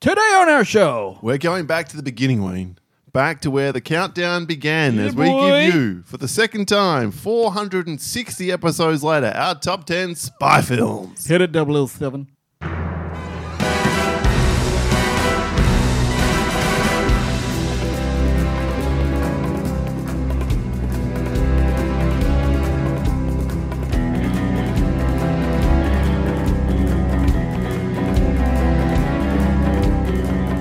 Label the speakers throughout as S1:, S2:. S1: Today on our show,
S2: We're going back to the beginning, Wayne. Back to where the countdown began as we
S1: boy.
S2: give you, for the second time, 460 episodes later, our top 10 spy films.
S1: hit it 007.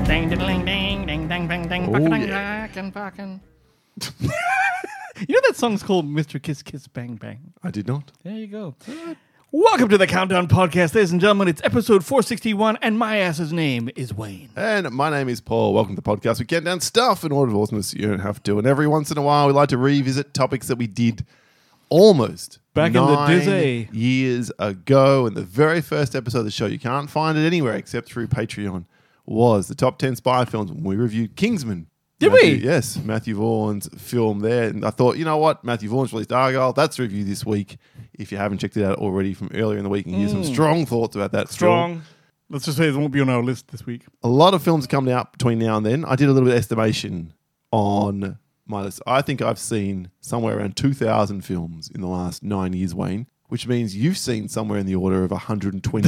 S3: Ding ding ding ding ding ding ding
S2: Oh,
S3: fucking
S2: yeah.
S3: fucking fucking.
S1: You know that song's called Mr. Kiss Kiss Bang Bang.
S2: I did not.
S1: There you go. Welcome to the Countdown Podcast, ladies and gentlemen. It's episode 461, and my ass's name is Wayne.
S2: And my name is Paul. Welcome to the podcast. We get down stuff in order of awesomeness you don't have to. And every once in a while, we like to revisit topics that we did almost
S1: Back in the
S2: nine
S1: dizzy.
S2: years ago. And the very first episode of the show, you can't find it anywhere except through Patreon, was the top 10 spy films. When we reviewed Kingsman.
S1: Did
S2: Matthew-
S1: we?
S2: Yes, Matthew Vaughn's film there. And I thought, you know what? Matthew Vaughn's released Argyle. That's the review this week. If you haven't checked it out already from earlier in the week, and hear
S1: Mm.
S2: some strong thoughts about that. film.
S1: Let's just say it won't be on our list this week.
S2: a lot of films are coming out between now and then. I did a little bit of estimation on my list. I think I've seen somewhere around 2,000 films in the last nine years, Wayne, which means you've seen somewhere in the order of 120.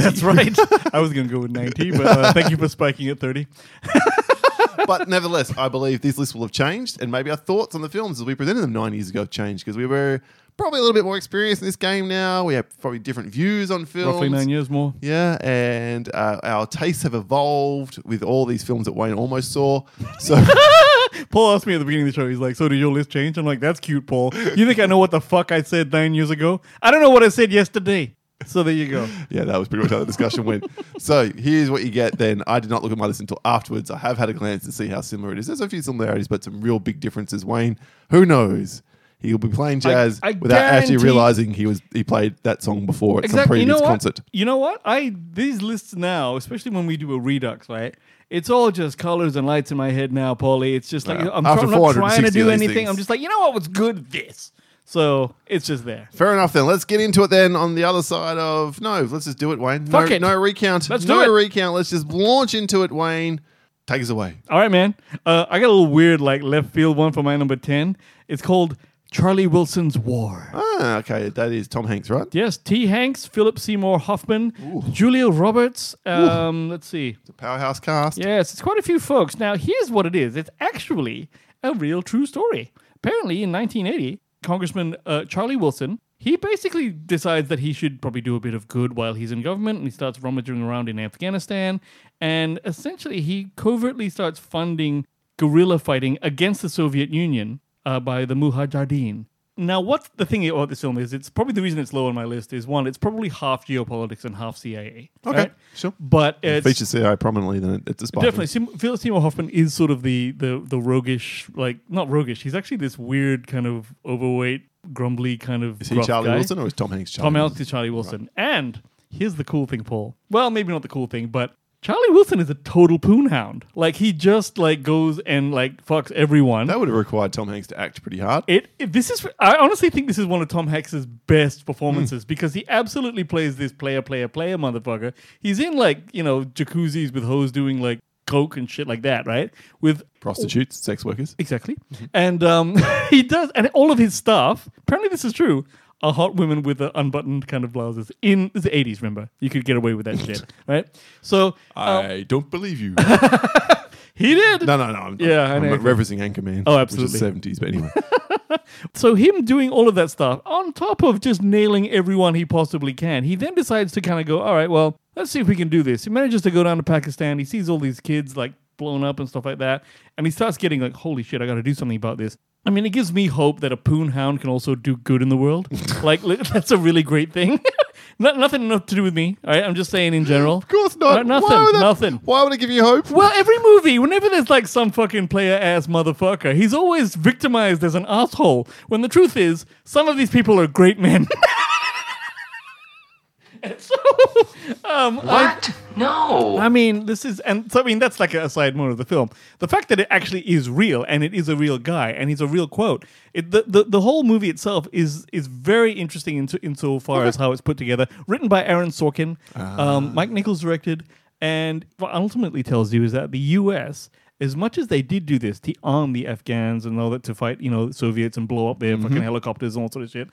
S1: That's right. I was going to go with 90, but uh, thank you for spiking at 30.
S2: but nevertheless, I believe this list will have changed, and maybe our thoughts on the films as we presented them nine years ago have changed because we were probably a little bit more experienced in this game now. We have probably different views on films.
S1: Roughly nine years more.
S2: Yeah, and uh, our tastes have evolved with all these films that Wayne almost saw. So.
S1: Paul asked me at the beginning of the show, he's like, So did your list change? I'm like, That's cute, Paul. You think I know what the fuck I said nine years ago? I don't know what I said yesterday. So there you go.
S2: Yeah, that was pretty much how the discussion went. So here's what you get then. I did not look at my list until afterwards. I have had a glance to see how similar it is. There's a few similarities, but some real big differences. Wayne, who knows? He'll be playing jazz
S1: I
S2: without actually
S1: guarantee-
S2: realizing he was he played that song before at some previous
S1: you know what?
S2: concert.
S1: You know what? I these lists now, especially when we do a redux, right? It's all just colors and lights in my head now, Paulie. It's just like
S2: Yeah.
S1: I'm,
S2: After
S1: try- I'm not trying to
S2: 460
S1: do
S2: of these
S1: anything.
S2: things.
S1: I'm just like, you know what was good? This. So it's just there.
S2: Fair enough then. Let's get into it then on the other side of no, let's just do it, Wayne.
S1: Fuck
S2: no,
S1: it.
S2: no recount.
S1: Let's
S2: no
S1: do it.
S2: recount. Let's just launch into it, Wayne. Take us away.
S1: All right, man. Uh, I got a little weird, like left field one for my number ten. It's called Charlie Wilson's War.
S2: Ah, okay, that is Tom Hanks, right?
S1: Yes, T. Hanks, Philip Seymour Hoffman, Julia Roberts. Um, let's see.
S2: The powerhouse cast.
S1: Yes, it's quite a few folks. Now, here's what it is it's actually a real true story. Apparently, in 1980, Congressman uh, Charlie Wilson. He basically decides that he should probably do a bit of good while he's in government, and he starts rummaging around in Afghanistan. And essentially, he covertly starts funding guerrilla fighting against the Soviet Union uh, by the Mujahideen. Now, what's the thing about this film is? It's probably the reason it's low on my list is one, it's probably half geopolitics and half CIA.
S2: Okay,
S1: right?
S2: sure.
S1: But it's
S2: Features CI prominently, then it's a spy. film.
S1: Definitely, Sim- Philip Seymour Hoffman is sort of the the the roguish, like not roguish. He's actually this weird kind of overweight, grumbly kind of.
S2: Is he
S1: gruff
S2: Charlie
S1: guy.
S2: Wilson or is Tom Hanks Charlie
S1: Tom
S2: Wilson?
S1: Hanks is Charlie Wilson, and here's the cool thing, Paul. Well, maybe not the cool thing, but Charlie Wilson is a total poon hound. Like he just like goes and like fucks everyone.
S2: That would have required Tom Hanks to act pretty hard.
S1: It, it- this is I honestly think this is one of Tom Hanks's best performances because he absolutely plays this player player player motherfucker. He's in like, you know, jacuzzis with hoes doing like coke and shit like that, right? With
S2: Prostitutes, sex workers.
S1: exactly. And um he does and all of his stuff, apparently this is true, are hot women with uh, unbuttoned kind of blouses in the 80s, remember? You could get away with that shit, right? So uh,
S2: I don't believe you. no,
S1: he did.
S2: no, no. I'm,
S1: Yeah, I
S2: I'm
S1: know.
S2: referencing Anchorman.
S1: Oh,
S2: Which
S1: absolutely.
S2: is 70s, but anyway.
S1: So him doing all of that stuff on top of just nailing everyone he possibly can, he then decides to kind of go, all right, well, let's see if we can do this. He manages to go down to Pakistan. He sees all these kids like blown up and stuff like that, and he starts getting like, holy shit, I got to do something about this. I mean, it gives me hope that a poon hound can also do good in the world. like li- that's a really great thing. Not, nothing enough to do with me. All right, I'm just saying in general.
S2: of course not.
S1: No,
S2: why
S1: nothing,
S2: would that-
S1: nothing.
S2: Why would it give you hope?
S1: Well, every movie, whenever there's like some fucking player ass motherfucker, he's always victimized as an asshole. When the truth is, some of these people are great men. And so, um, I,
S4: What? No.
S1: I mean, this is, and so I mean, that's like a side mode of the film. The fact that it actually is real and it is a real guy and he's a real quote. It, the, the the whole movie itself is is very interesting in so, insofar as how it's put together. Written by Aaron Sorkin, um, Mike Nichols directed. And what ultimately tells you is that the US, as much as they did do this to arm the Afghans and all that to fight, you know, Soviets and blow up their fucking helicopters and all sort of shit.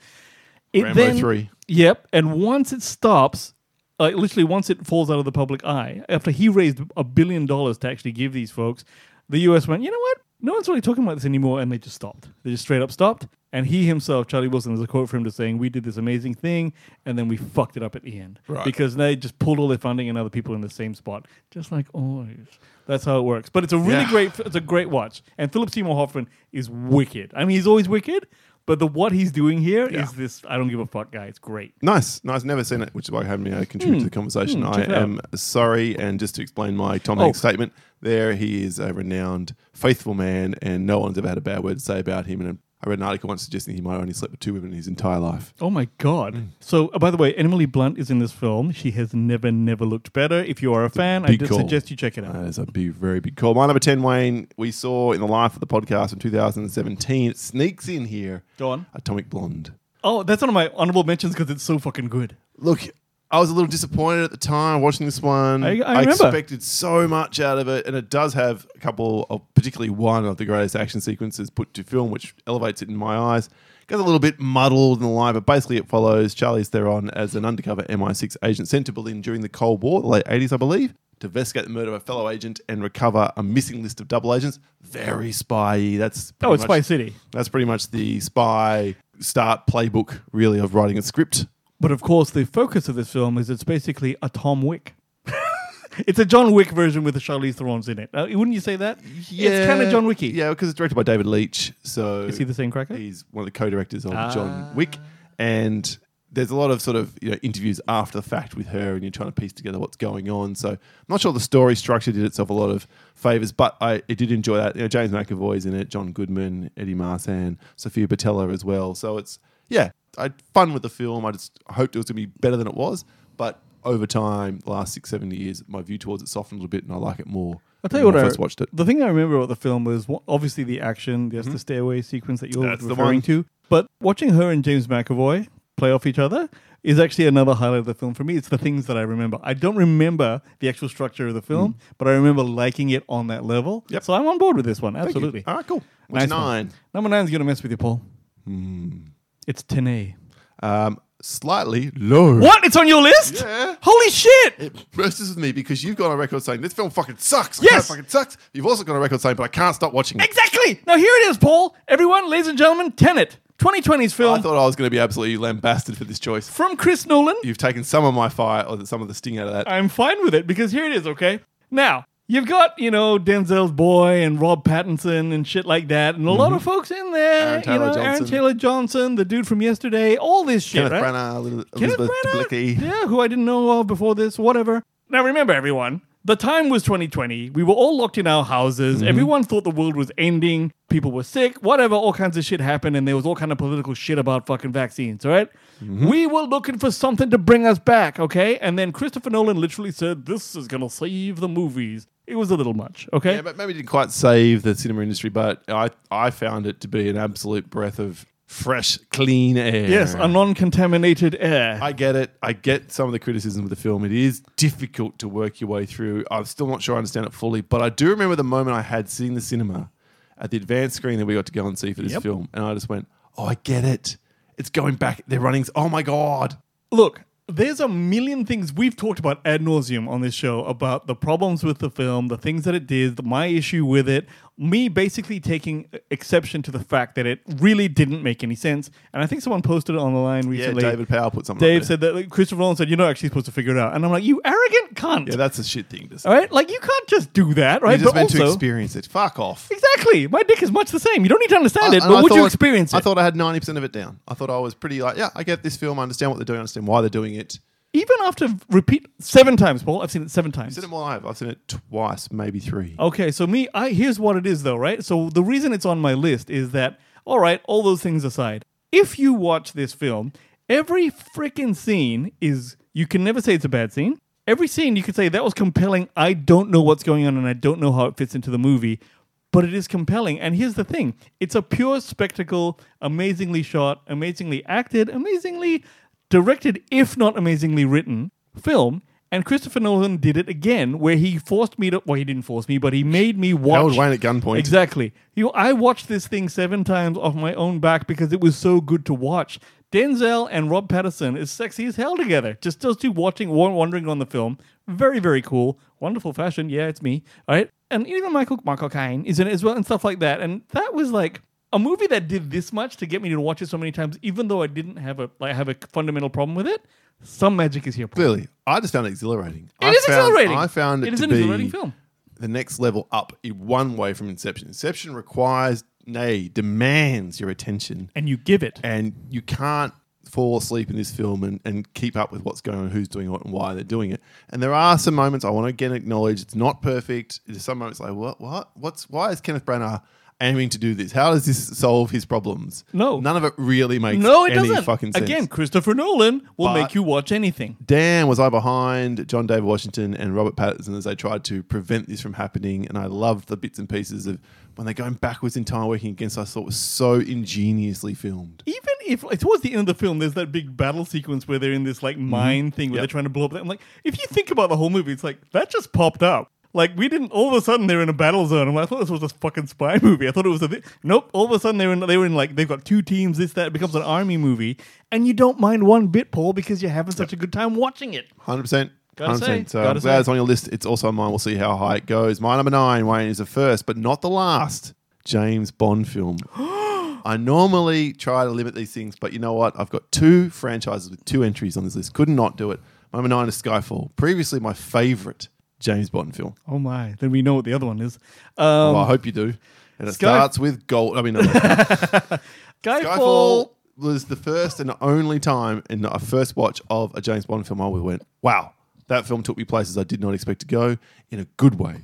S1: It
S2: Rambo 3.
S1: Yep. And once it stops, like literally once it falls out of the public eye, after he raised a billion dollars to actually give these folks, the US went, you know what? No one's really talking about this anymore. And they just stopped. They just straight up stopped. And he himself, Charlie Wilson, there's a quote from him just saying, We did this amazing thing and then we fucked it up at the end.
S2: Right.
S1: Because they just pulled all their funding and other people in the same spot, just like always. That's how it works. But it's a really
S2: Yeah.
S1: great, it's a great watch. And Philip Seymour Hoffman is wicked. I mean, he's always wicked, but the what he's doing here is
S2: Yeah.
S1: this I don't give a fuck guy. It's great.
S2: Nice, nice. Never seen it, which is why I haven't been able to contribute uh, to the conversation.
S1: Hmm,
S2: I
S1: check it out.
S2: am sorry, and just to explain my Tom
S1: Oh.
S2: Hanks statement, there he is a renowned, faithful man, and no one's ever had a bad word to say about him. And I read an article once suggesting he might only slept with two women in his entire life.
S1: Oh my god!
S2: Mm.
S1: So, uh, by the way, Emily Blunt is in this film. She has never, never looked better. If you are a fan, I
S2: big
S1: just
S2: call.
S1: suggest you check it out.
S2: That is a big, very big call. My number 10, Wayne, we saw in the life of the podcast in 2017, it sneaks in here
S1: Go on.
S2: Atomic Blonde.
S1: Oh, that's one of my honorable mentions because it's so fucking good.
S2: Look, I was a little disappointed at the time watching this one.
S1: I- I remember.
S2: expected so much out of it, and it does have a couple of, particularly one of the greatest action sequences put to film, which elevates it in my eyes. Gets a little bit muddled in the line, but basically it follows Charlie's Theron as an undercover MI6 agent sent to Berlin during the Cold War, the late 80s, I believe, to investigate the murder of a fellow agent and recover a missing list of double agents. Very spy. That's
S1: Oh, it's
S2: pretty
S1: Spy
S2: much-
S1: City.
S2: That's pretty much the spy start playbook, really, of writing a script.
S1: But of course, the focus of this film is it's basically a Tom Wick. it's a John Wick version with the Charlize Theron's in it. Uh, wouldn't you say that? It's kind of John Wicky.
S2: Yeah, because it's directed by David Leitch. So
S1: Is he the same cracker? Ah.
S2: he's one of the co-directors of John Wick, and there's a lot of sort of you know interviews after the fact with her, and you're trying to piece together what's going on. So I'm not sure the story structure did itself a lot of favors, but I, I did enjoy that. You know, James McAvoy's in it, John Goodman, Eddie Marsan, Sophia Patella as well. So it's yeah, I had fun with the film. I just hoped it was going to be better than it was, but over time, the last six seven years, my view towards it softened a little bit, and I like it more.
S1: I'll tell
S2: than
S1: you what
S2: when
S1: I
S2: I first watched it. Mm-hmm.
S1: The thing I remember about the film was wha- obviously the action, there's the stairway sequence that you're
S2: That's the
S1: referring
S2: one.
S1: to. But watching her and James McAvoy play off each other is actually another highlight of the film for me. It's the things that I remember. I don't remember the actual structure of the film, but I remember liking it on that level.
S2: Mm. Yep.
S1: So I'm on board with this one.
S2: Thank you. Uh,
S1: Absolutely.
S2: All right, cool. Which
S1: Nice one.
S2: nine?
S1: Number nine's going to mess with you, Paul.
S2: Hmm.
S1: It's 10A.
S2: Um, slightly low.
S1: What? It's on your list?
S2: Yeah.
S1: Holy shit!
S2: It messes with me because you've gone on record saying this film fucking sucks. I
S1: Yes.
S2: can't fucking sucks. You've also gone on record saying, but I can't stop watching it.
S1: exactly! Now here it is, Paul. Everyone, ladies and gentlemen, Tenet, 2020's
S2: Oh, I
S1: film
S2: thought I was going to be absolutely lambasted for this choice.
S1: from Chris Nolan.
S2: You've taken some of my fire or some of the sting out of that.
S1: I'm fine with it because here it is, okay? Now, you've got, you know, Denzel's boy and Rob Pattinson and shit like that, and a lot of folks in there.
S2: Mm-hmm. Aaron Taylor
S1: you know, Aaron
S2: Johnson.
S1: Taylor Johnson, the dude from yesterday, all this shit.
S2: Kenneth
S1: right?
S2: Branagh, Elizabeth
S1: Kenneth Branagh,
S2: Debicki.
S1: Yeah, who I didn't know of before this, whatever. Now remember, everyone, the time was 2020. We were all locked in our houses.
S2: Mm-hmm.
S1: Everyone thought the world was ending. People were sick, whatever, all kinds of shit happened, and there was all kind of political shit about fucking vaccines, all right?
S2: Mm-hmm.
S1: We were looking for something to bring us back, okay? And then Christopher Nolan literally said, This is gonna save the movies. It was a little much, okay?
S2: Yeah, but maybe it didn't quite save the cinema industry, but I, I found it to be an absolute breath of fresh, clean air.
S1: yes, a non contaminated air.
S2: I get it. I get some of the criticism of the film. It is difficult to work your way through. I'm still not sure I understand it fully, but I do remember the moment I had seeing the cinema at the advanced screen that we got to go and see for this
S1: Yep.
S2: film, and I just went, "Oh, I get it. It's going back. They're running. Oh my god."
S1: Look, there's a million things we've talked about ad nauseum on this show about the problems with the film, the things that it did, the- my issue with it, me basically taking exception to the fact that it really didn't make any sense. And I think someone posted it on the line
S2: Yeah,
S1: recently.
S2: David Powell put something.
S1: Dave
S2: up there.
S1: said that like, Christopher Nolan said, You're not actually supposed to figure it out. And I'm like, You arrogant cunt.
S2: "Yeah, that's a shit thing to say.
S1: All right? Like, you can't just do that, right?
S2: You're
S1: but
S2: just meant to
S1: also,
S2: experience it. Fuck off."
S1: exactly. My dick is much the same. You don't need to understand
S2: I-
S1: it,
S2: and
S1: but
S2: I
S1: would you
S2: thought-
S1: experience it?
S2: I thought I had 90% of it down. I thought I was pretty like, yeah, I get this film. I understand what they're doing. I understand why they're doing it.
S1: Even after repeat seven times, Paul, I've seen it seven times.
S2: I've seen it live. I've seen it twice, maybe three.
S1: Okay, so me, I here's what it is though, right? So the reason it's on my list is that all right, all those things aside, if you watch this film, every freaking scene is you can never say it's a bad scene. Every scene you could say that was compelling. I don't know what's going on and I don't know how it fits into the movie, but it is compelling. And here's the thing: it's a pure spectacle, amazingly shot, amazingly acted, amazingly directed, if not amazingly written film. And Christopher Nolan did it again, where he forced me to. Well, he didn't force me, but he made me watch.
S2: Held Wayne at gunpoint.
S1: Exactly. You know, I watched this thing seven times off my own back because it was so good to watch. Denzel and Rob Patterson is sexy as hell together. Just those two watching, wan- wandering on the film. Very, very cool. Wonderful fashion. Yeah, it's me. All right. And even Michael Michael Caine is in it as well and stuff like that. And that was like a movie that did this much to get me to watch it so many times, even though I didn't have a like have a fundamental problem with it. Some magic is here. Paul.
S2: Clearly, I just found it exhilarating.
S1: It is
S2: found,
S1: exhilarating.
S2: I found it,
S1: It is
S2: to
S1: an
S2: be
S1: exhilarating film.
S2: The next level up in one way from Inception. Inception requires, nay, demands your attention,
S1: And you give it.
S2: and you can't fall asleep in this film and, and keep up with what's going on, who's doing what, and why they're doing it. And there are some moments I want to again acknowledge it's not perfect. There's some moments like what, what, what's why is Kenneth Branagh aiming to do this? How does this solve his problems?
S1: No.
S2: none of it really makes
S1: No, it
S2: any
S1: doesn't.
S2: fucking sense.
S1: Again, Christopher Nolan will
S2: But-
S1: make you watch anything.
S2: Dan, was I behind John David Washington and Robert Pattinson as they tried to prevent this from happening? And I loved the bits and pieces of when they're going backwards in time, working against. I thought was so ingeniously filmed.
S1: Even if like, towards the end of the film, there's that big battle sequence where they're in this like mine thing where
S2: Yep.
S1: they're trying to blow up. That I'm like, if you think about the whole movie, it's like that just popped up. Like we didn't. All of a sudden, they're in a battle zone. I'm like, I thought this was a fucking spy movie. I thought it was a. Thi-. Nope. All of a sudden, they're in. They were in like they've got two teams. This that it becomes an army movie, and you don't mind one bit, Paul, because you're having such a good time watching it.
S2: Hundred percent.
S1: Gotta say,
S2: So I'm
S1: gotta
S2: glad
S1: say.
S2: it's on your list. It's also on mine. We'll see how high it goes. My number nine, Wayne, is the first, but not the last James Bond film. I normally try to limit these things, but you know what? I've got two franchises with two entries on this list. Could not do it. My number nine is Skyfall. Previously, my favorite James Bond film.
S1: Oh my! Then we know what the other one is.
S2: Well,
S1: Um,
S2: I hope you do. And it
S1: Sky-
S2: starts with gold. I mean, no, no.
S1: Skyfall.
S2: Skyfall was the first and only time in a first watch of a James Bond film I went, wow, that film took me places I did not expect to go in a good way.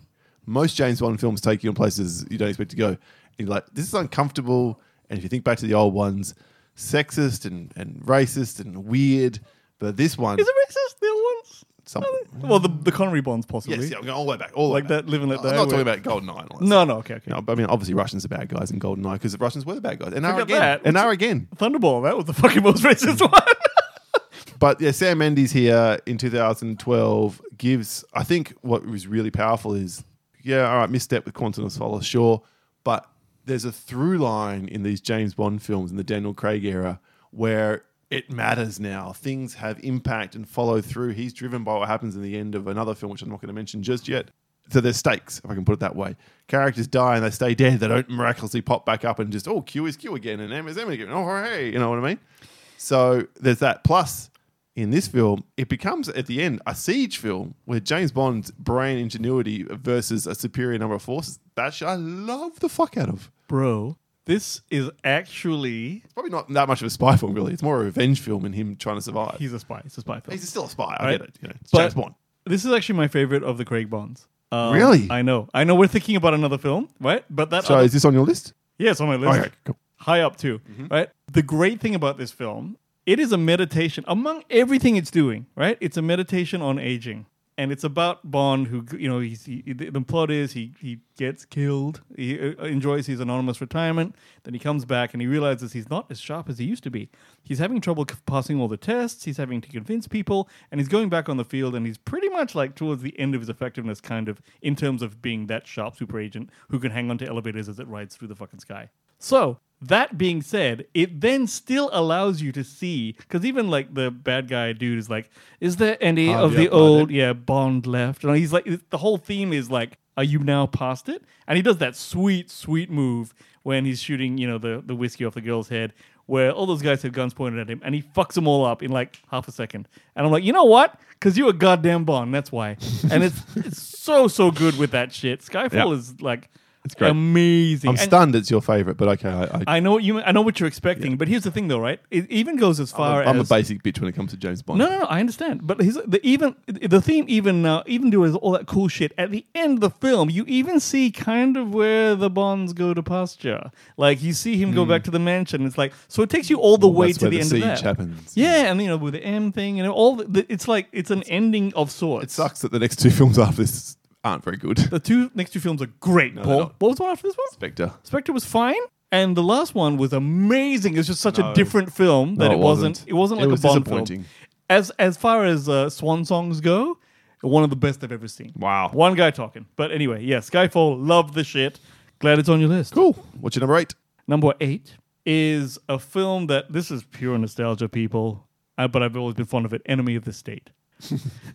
S2: Most James Bond films take you in places you don't expect to go. And you're like, this is uncomfortable. And if you think back to the old ones, sexist and, and racist and weird. But this one,
S1: Is it racist? The other ones.
S2: something.
S1: Well, the, the Connery bonds possibly.
S2: Yes, yeah, I'm going all the way back. All the
S1: Like
S2: way back.
S1: that Live and Let Die
S2: I'm not
S1: where-
S2: talking about Golden Eye.
S1: No, no, okay, okay.
S2: No, but I mean, obviously, Russians are bad guys in GoldenEye because the Russians were the bad guys. And are
S1: Forget
S2: again.
S1: that.
S2: And are again.
S1: Thunderball. That was the fucking most racist one.
S2: But yeah, Sam Mendes here in 2012 gives, I think, what was really powerful is, yeah, all right, misstep with Quantum of Solace, sure. But there's a through line in these James Bond films in the Daniel Craig era where it matters now. Things have impact and follow through. He's driven by what happens in the end of another film, which I'm not going to mention just yet. So there's stakes, if I can put it that way. Characters die and they stay dead. They don't miraculously pop back up and just, oh, Q is Q again and M is M again. Oh, hey, you know what I mean? So there's that. Plus, in this film, it becomes at the end a siege film where James Bond's brain ingenuity versus a superior number of forces. That shit I love the fuck out of.
S1: Bro, this is actually
S2: It's probably not that much of a spy film, really. It's more a revenge film and him trying to survive. He's,
S1: he's a spy. It's a spy film.
S2: still a spy. I
S1: Right.
S2: get it. You know, it's
S1: But-
S2: James Bond.
S1: this is actually my favorite of the Craig Bonds. Um,
S2: Really?
S1: I know. I know we're thinking about another film, right? But that
S2: So
S1: other-
S2: is this on your list?
S1: yeah, it's on my list.
S2: Okay, cool.
S1: High up too, right? The great thing about this film, it is a meditation among everything it's doing, right? It's a meditation on aging. And it's about Bond, who you know, he's, he, the the plot is he he gets killed, he uh, enjoys his anonymous retirement, then he comes back and he realizes he's not as sharp as he used to be. He's having trouble c- passing all the tests, he's having to convince people, and he's going back on the field, and he's pretty much like towards the end of his effectiveness, kind of in terms of being that sharp super agent who can hang on to elevators as it rides through the fucking sky. So that being said, it then still allows you to see because even like the bad guy dude is like, is there any
S2: Ah,
S1: of
S2: yeah,
S1: the
S2: Bond,
S1: old yeah Bond left? And he's like, the whole theme is like, are you now past it? And he does that sweet, sweet move when he's shooting, you know, the the whiskey off the girl's head, where all those guys have guns pointed at him, and he fucks them all up in like half a second. And I'm like, you know what? Because you're a goddamn Bond, that's why. And it's it's so so good with that shit. Skyfall
S2: Yeah.
S1: is like. It's
S2: great.
S1: Amazing.
S2: I'm
S1: And-
S2: stunned it's your favorite, but okay. I, I,
S1: I know what you. I know what you're expecting, but here's the thing, though, right? It even goes as far
S2: I'm a
S1: as
S2: basic bitch when it comes to James Bond.
S1: no, no, no. I understand, but here's the even the theme even uh, even doing all that cool shit at the end of the film. You even see kind of where the Bonds go to pasture. Like you see him go back to the mansion. It's like so it takes you all the
S2: Hmm. Well,
S1: way
S2: that's
S1: to
S2: where
S1: the,
S2: the
S1: end
S2: siege
S1: of that.
S2: happens.
S1: Yeah, and you know with the M thing and all. The, the, it's like it's an ending of sorts.
S2: It sucks that the next two films after this aren't very good.
S1: The two next two films are great.
S2: they're
S1: Paul,
S2: not.
S1: what was the one after this one?
S2: Spectre.
S1: Spectre was fine, and the last one was amazing. It's just such a
S2: No.
S1: different film that
S2: No,
S1: it
S2: it
S1: wasn't.
S2: wasn't.
S1: It wasn't
S2: It
S1: like
S2: was
S1: a Bond
S2: disappointing.
S1: film. As as far as uh, swan songs go, One of the best I've ever seen.
S2: Wow.
S1: One guy talking. But anyway, yeah, Skyfall, love the shit. Glad it's on your list.
S2: Cool. What's your number eight?
S1: Number eight is a film that this is pure nostalgia, people, uh, but I've always been fond of it Enemy of the State.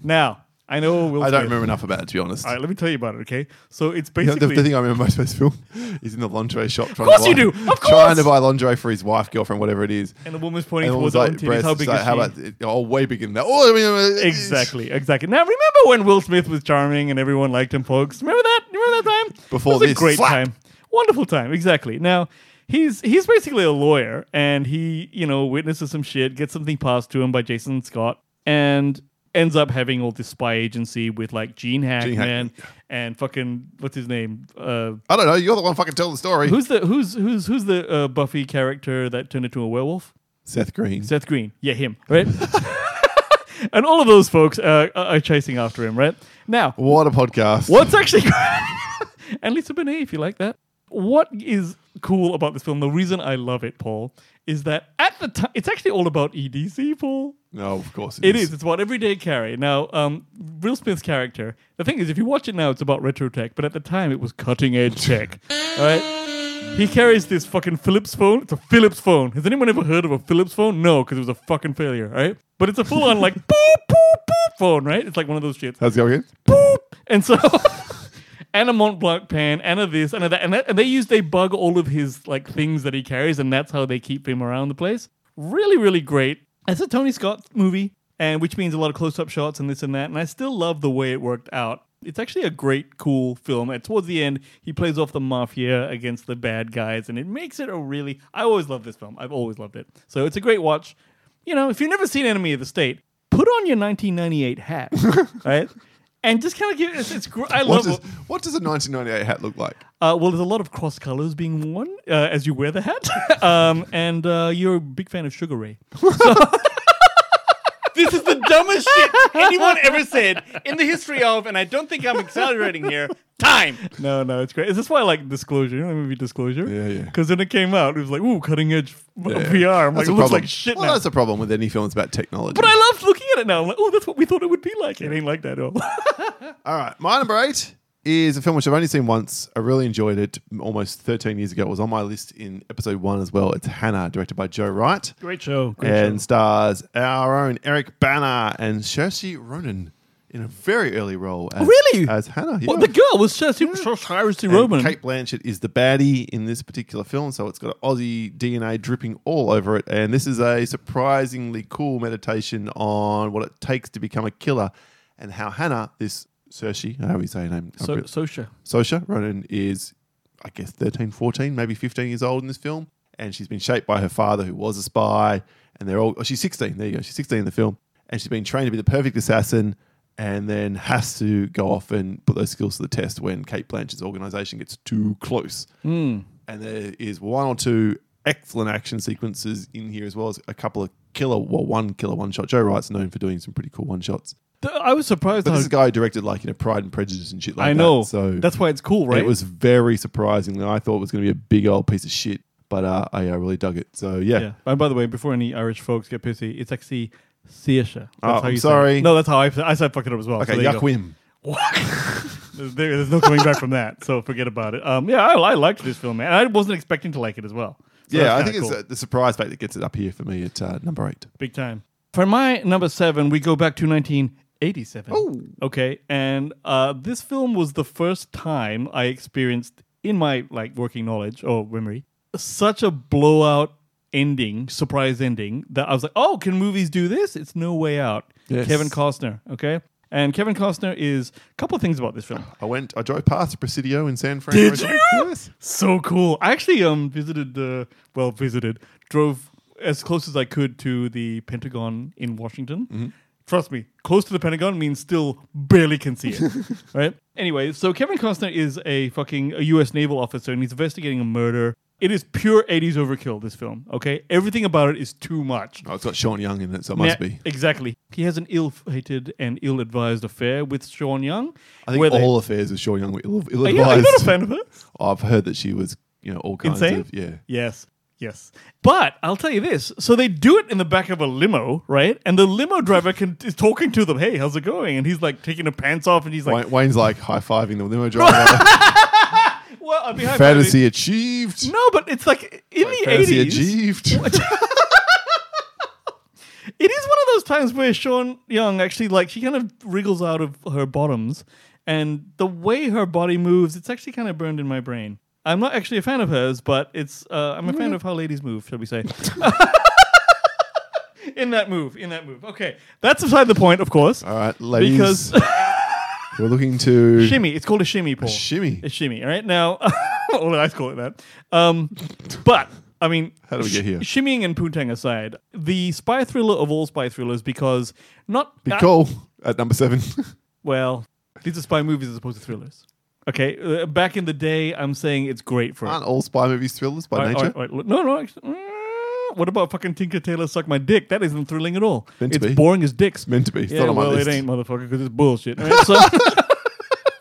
S1: now, I know Will
S2: I
S1: Smith-
S2: don't remember enough about it, to be honest.
S1: All right, let me tell you about it, okay? So it's
S2: The, the
S1: basically.
S2: thing I remember most about this film is in the lingerie shop. Of
S1: course you do. Of
S2: Trying
S1: course.
S2: to buy lingerie for his wife, girlfriend, whatever it is.
S1: and the woman's pointing
S2: And it
S1: towards
S2: was
S1: her
S2: like
S1: own titties.
S2: breasts.
S1: How big
S2: like,
S1: is
S2: how
S1: she?
S2: about it? Oh, way bigger than that. Oh, I mean,
S1: Exactly, exactly. Now remember when Will Smith was charming and everyone liked him, folks. Remember that? Remember that time?
S2: Before
S1: it was
S2: this,
S1: a great
S2: slap.
S1: time, wonderful time. Exactly. Now he's he's basically a lawyer, and he you know witnesses some shit, gets something passed to him by Jason Scott, and ends up having all this spy agency with like Gene Hackman,
S2: Hackman.
S1: and fucking what's his name? Uh,
S2: I don't know. You're the one fucking telling the story.
S1: who's the who's who's who's the uh, Buffy character that turned into a werewolf?
S2: Seth Green.
S1: Seth Green. Yeah, him. Right. and all of those folks uh, are are chasing after him. Right now,
S2: What a podcast.
S1: what's actually and Lisa Bonet, if you like that. What is cool about this film? The reason I love it, Paul, is that at the time it's actually all about EDC, Paul.
S2: No, of course
S1: It is. It's about everyday carry. Now, um, Will Smith's character. The thing is, if you watch it now, it's about retro tech, but at the time, it was cutting edge tech. All right. He carries this fucking Philips phone. It's a Philips phone. Has anyone ever heard of a Philips phone? No, because it was a fucking failure, all right? But it's a full on like boop boop boop phone, right? It's like one of those shits.
S2: How's it going?
S1: Boop. And so, and a Mont Blanc pen, and a this, and a that, and, that, and they use they bug all of his like things that he carries, and that's how they keep him around the place. Really, really great. It's a Tony Scott movie, and which means a lot of close-up shots and this and that. And I still love the way it worked out. It's actually a great, cool film. And towards the end, he plays off the mafia against the bad guys, and it makes it a really. I always love this film. I've always loved it. So it's a great watch. You know, if you've never seen Enemy of the State, put on your 1998 hat, right? And just kind of give it's. it's gr- I
S2: What
S1: love.
S2: does, what does a 1998 hat look like?
S1: Uh, well, there's a lot of cross colors being worn uh, as you wear the hat, um, and uh, you're a big fan of Sugar Ray. So-
S4: This is the dumbest shit anyone ever said in the history of, and I don't think I'm exaggerating here, time.
S1: no, no, it's great. Is this why I like Disclosure? You know the movie Disclosure?
S2: Yeah, yeah.
S1: Because when it came out, it was like, ooh, cutting edge
S2: Yeah.
S1: VR. I'm like,
S2: That's
S1: it
S2: a
S1: looks
S2: problem.
S1: like shit
S2: Well,
S1: now.
S2: that's the problem with any film that's about technology.
S1: But I love looking at it now. I'm like, oh, that's what we thought it would be like. It ain't like that at all.
S2: All right, my number eight is a film which I've only seen once. I really enjoyed it almost 13 years ago. It was on my list in episode one as well. It's Hannah, directed by Joe Wright,
S1: great show. Great
S2: and stars our own Eric Banner and Saoirse Ronan in a very early role. As,
S1: Oh, Really?
S2: As Hannah.
S1: What,
S2: yeah.
S1: the girl was Cersei, Cersei
S2: And
S1: Roman.
S2: Kate Blanchett is the baddie in this particular film, so it's got Aussie DNA dripping all over it. And this is a surprisingly cool meditation on what it takes to become a killer and how Hannah, this Saoirse, how do we say her name?
S1: so, Sosha.
S2: Sosha Ronan is, I guess, 13, 14, maybe 15 years old in this film. And she's been shaped by her father, who was a spy. And they're all, oh, she's 16. There you go. She's 16 in the film. And she's been trained to be the perfect assassin and then has to go off and put those skills to the test when Kate Blanchett's organization gets too close.
S1: Hmm.
S2: And there is one or two excellent action sequences in here, as well as a couple of killer, well, one killer one shot. Joe Wright's known for doing some pretty cool one shots.
S1: Th- I was surprised.
S2: But
S1: how-
S2: this is a guy who directed, like, you know, Pride and Prejudice and shit like
S1: I
S2: that.
S1: know.
S2: So
S1: that's why it's cool, right?
S2: it was very surprising. I thought it was going to be a big old piece of shit, but uh, I uh, really dug it. So yeah,
S1: Yeah. And by the way, before any Irish folks get pissy, it's actually Saoirse. That's
S2: Oh,
S1: how
S2: I'm
S1: you say it.
S2: sorry.
S1: No, that's how I I said fucking up as well.
S2: okay,
S1: so there you go.
S2: yuck whim.
S1: There- there's no coming back from that. So forget about it. Um, yeah, I, I liked this film, man. I wasn't expecting to like it as well. So
S2: yeah,
S1: that's
S2: I
S1: kinda
S2: think it's
S1: cool.
S2: uh, the surprise fact that gets it up here for me at uh, number eight.
S1: big time. For my number seven, we go back to 1987.
S2: Ooh.
S1: Okay, and uh, this film was the first time I experienced in my like working knowledge or memory such a blowout ending, surprise ending that I was like, oh, can movies do this? It's no way out.
S2: Yes.
S1: Kevin Costner. Okay. And Kevin Costner is a couple things about this film.
S2: I went, I drove past Presidio in San Fran.
S1: Did
S2: Originally.
S1: you?
S2: Yes.
S1: So cool. I actually um visited uh, well visited drove as close as I could to the Pentagon in Washington.
S2: Mm-hmm.
S1: Trust me, close to the Pentagon means still barely can see it. right? Anyway, so Kevin Costner is a fucking a US naval officer and he's investigating a murder. It is pure 80s overkill this film, okay? Everything about it is too much.
S2: Oh, it's got Sean Young in it, so it must
S1: Yeah,
S2: be.
S1: Exactly. He has an ill-fated and ill-advised affair with Sean Young.
S2: I think
S1: where they-
S2: all affairs with Sean Young were ill,
S1: Yeah, are you
S2: ill-advised.
S1: not a fan of her?
S2: I've heard that she was, you know, all kinds
S1: Insane?
S2: of yeah.
S1: Yes. Yes. But I'll tell you this. So they do it in the back of a limo, right? And the limo driver can, is talking to them. Hey, how's it going? And he's like taking her pants off and he's like,
S2: Wayne- Wayne's like high fiving the limo driver.
S1: well, I'll be high-fiving."
S2: fantasy achieved.
S1: No, but it's like in the
S2: fantasy
S1: 80s.
S2: achieved.
S1: It is one of those times where Sean Young actually like she kind of wriggles out of her bottoms, and the way her body moves, it's actually kind of burned in my brain. I'm not actually a fan of hers, but it's uh, I'm a fan of how ladies move, shall we say? in that move, in that move. Okay, that's beside the point, of course,
S2: All right, ladies.
S1: because
S2: we're looking to
S1: shimmy. It's called a shimmy, Paul.
S2: shimmy.
S1: a shimmy. All right now, well, I call it that. Um, but I mean,
S2: How do we get here?
S1: Shimmying and poontang aside, the spy thriller of all spy thrillers, because not
S2: Big call at number seven.
S1: well, these are spy movies as opposed to thrillers. Okay, uh, back in the day, I'm saying it's great for it.
S2: Aren't all spy movies thrillers by
S1: All right,
S2: Ah, nature?
S1: all right, all right. Look, No, no. Actually, mm, what about fucking Tinker Tailor Suck My Dick? That isn't thrilling at all.
S2: Meant to
S1: it's
S2: be.
S1: boring as dicks.
S2: Meant to be. It's
S1: yeah,
S2: not on my
S1: well,
S2: list.
S1: it ain't, motherfucker, because it's bullshit. All right, so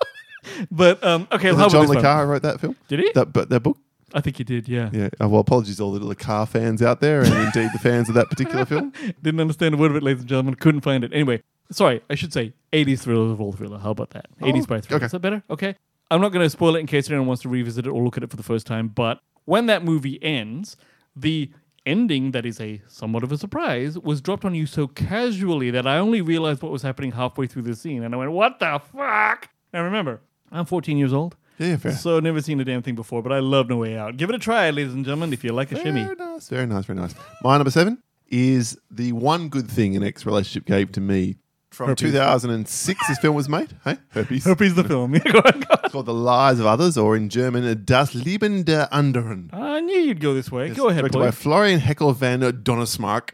S1: but um, okay, how about
S2: Wasn't John
S1: this
S2: Le
S1: one?
S2: Carre wrote that film?
S1: Did he?
S2: That, but that book?
S1: I think he did. Yeah.
S2: Yeah. Uh, well, apologies to all the Le Carre fans out there and indeed the fans of that particular film.
S1: Didn't understand a word of it, ladies and gentlemen. Couldn't find it. Anyway, sorry, I should say 80s thrillers of all thriller. How about that? 80s by thriller.
S2: okay.
S1: Is that better? Okay. I'm not going to spoil it in case anyone wants to revisit it or look at it for the first time, but when that movie ends, the ending that is a somewhat of a surprise was dropped on you so casually that I only realized what was happening halfway through the scene and I went, "What the fuck?" Now remember, I'm 14 years old.
S2: Yeah, yeah, fair.
S1: So never seen a damn thing before, but I love No Way Out. Give it a try, ladies and gentlemen, if you like a shimmy.
S2: Very nice, very nice, very nice. My number seven is the one good thing an ex relationship gave to me from 2006. this film was made. Hey, herpes.
S1: Herpes the film. Go on, go on.
S2: It's called The Lies of Others, or in German, Das Leben der Anderen.
S1: I knew you'd go this way. Go ahead,
S2: directed
S1: boy.
S2: by Florian Heckel van Donnersmarck.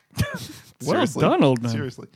S1: Well done, old man.
S2: Seriously.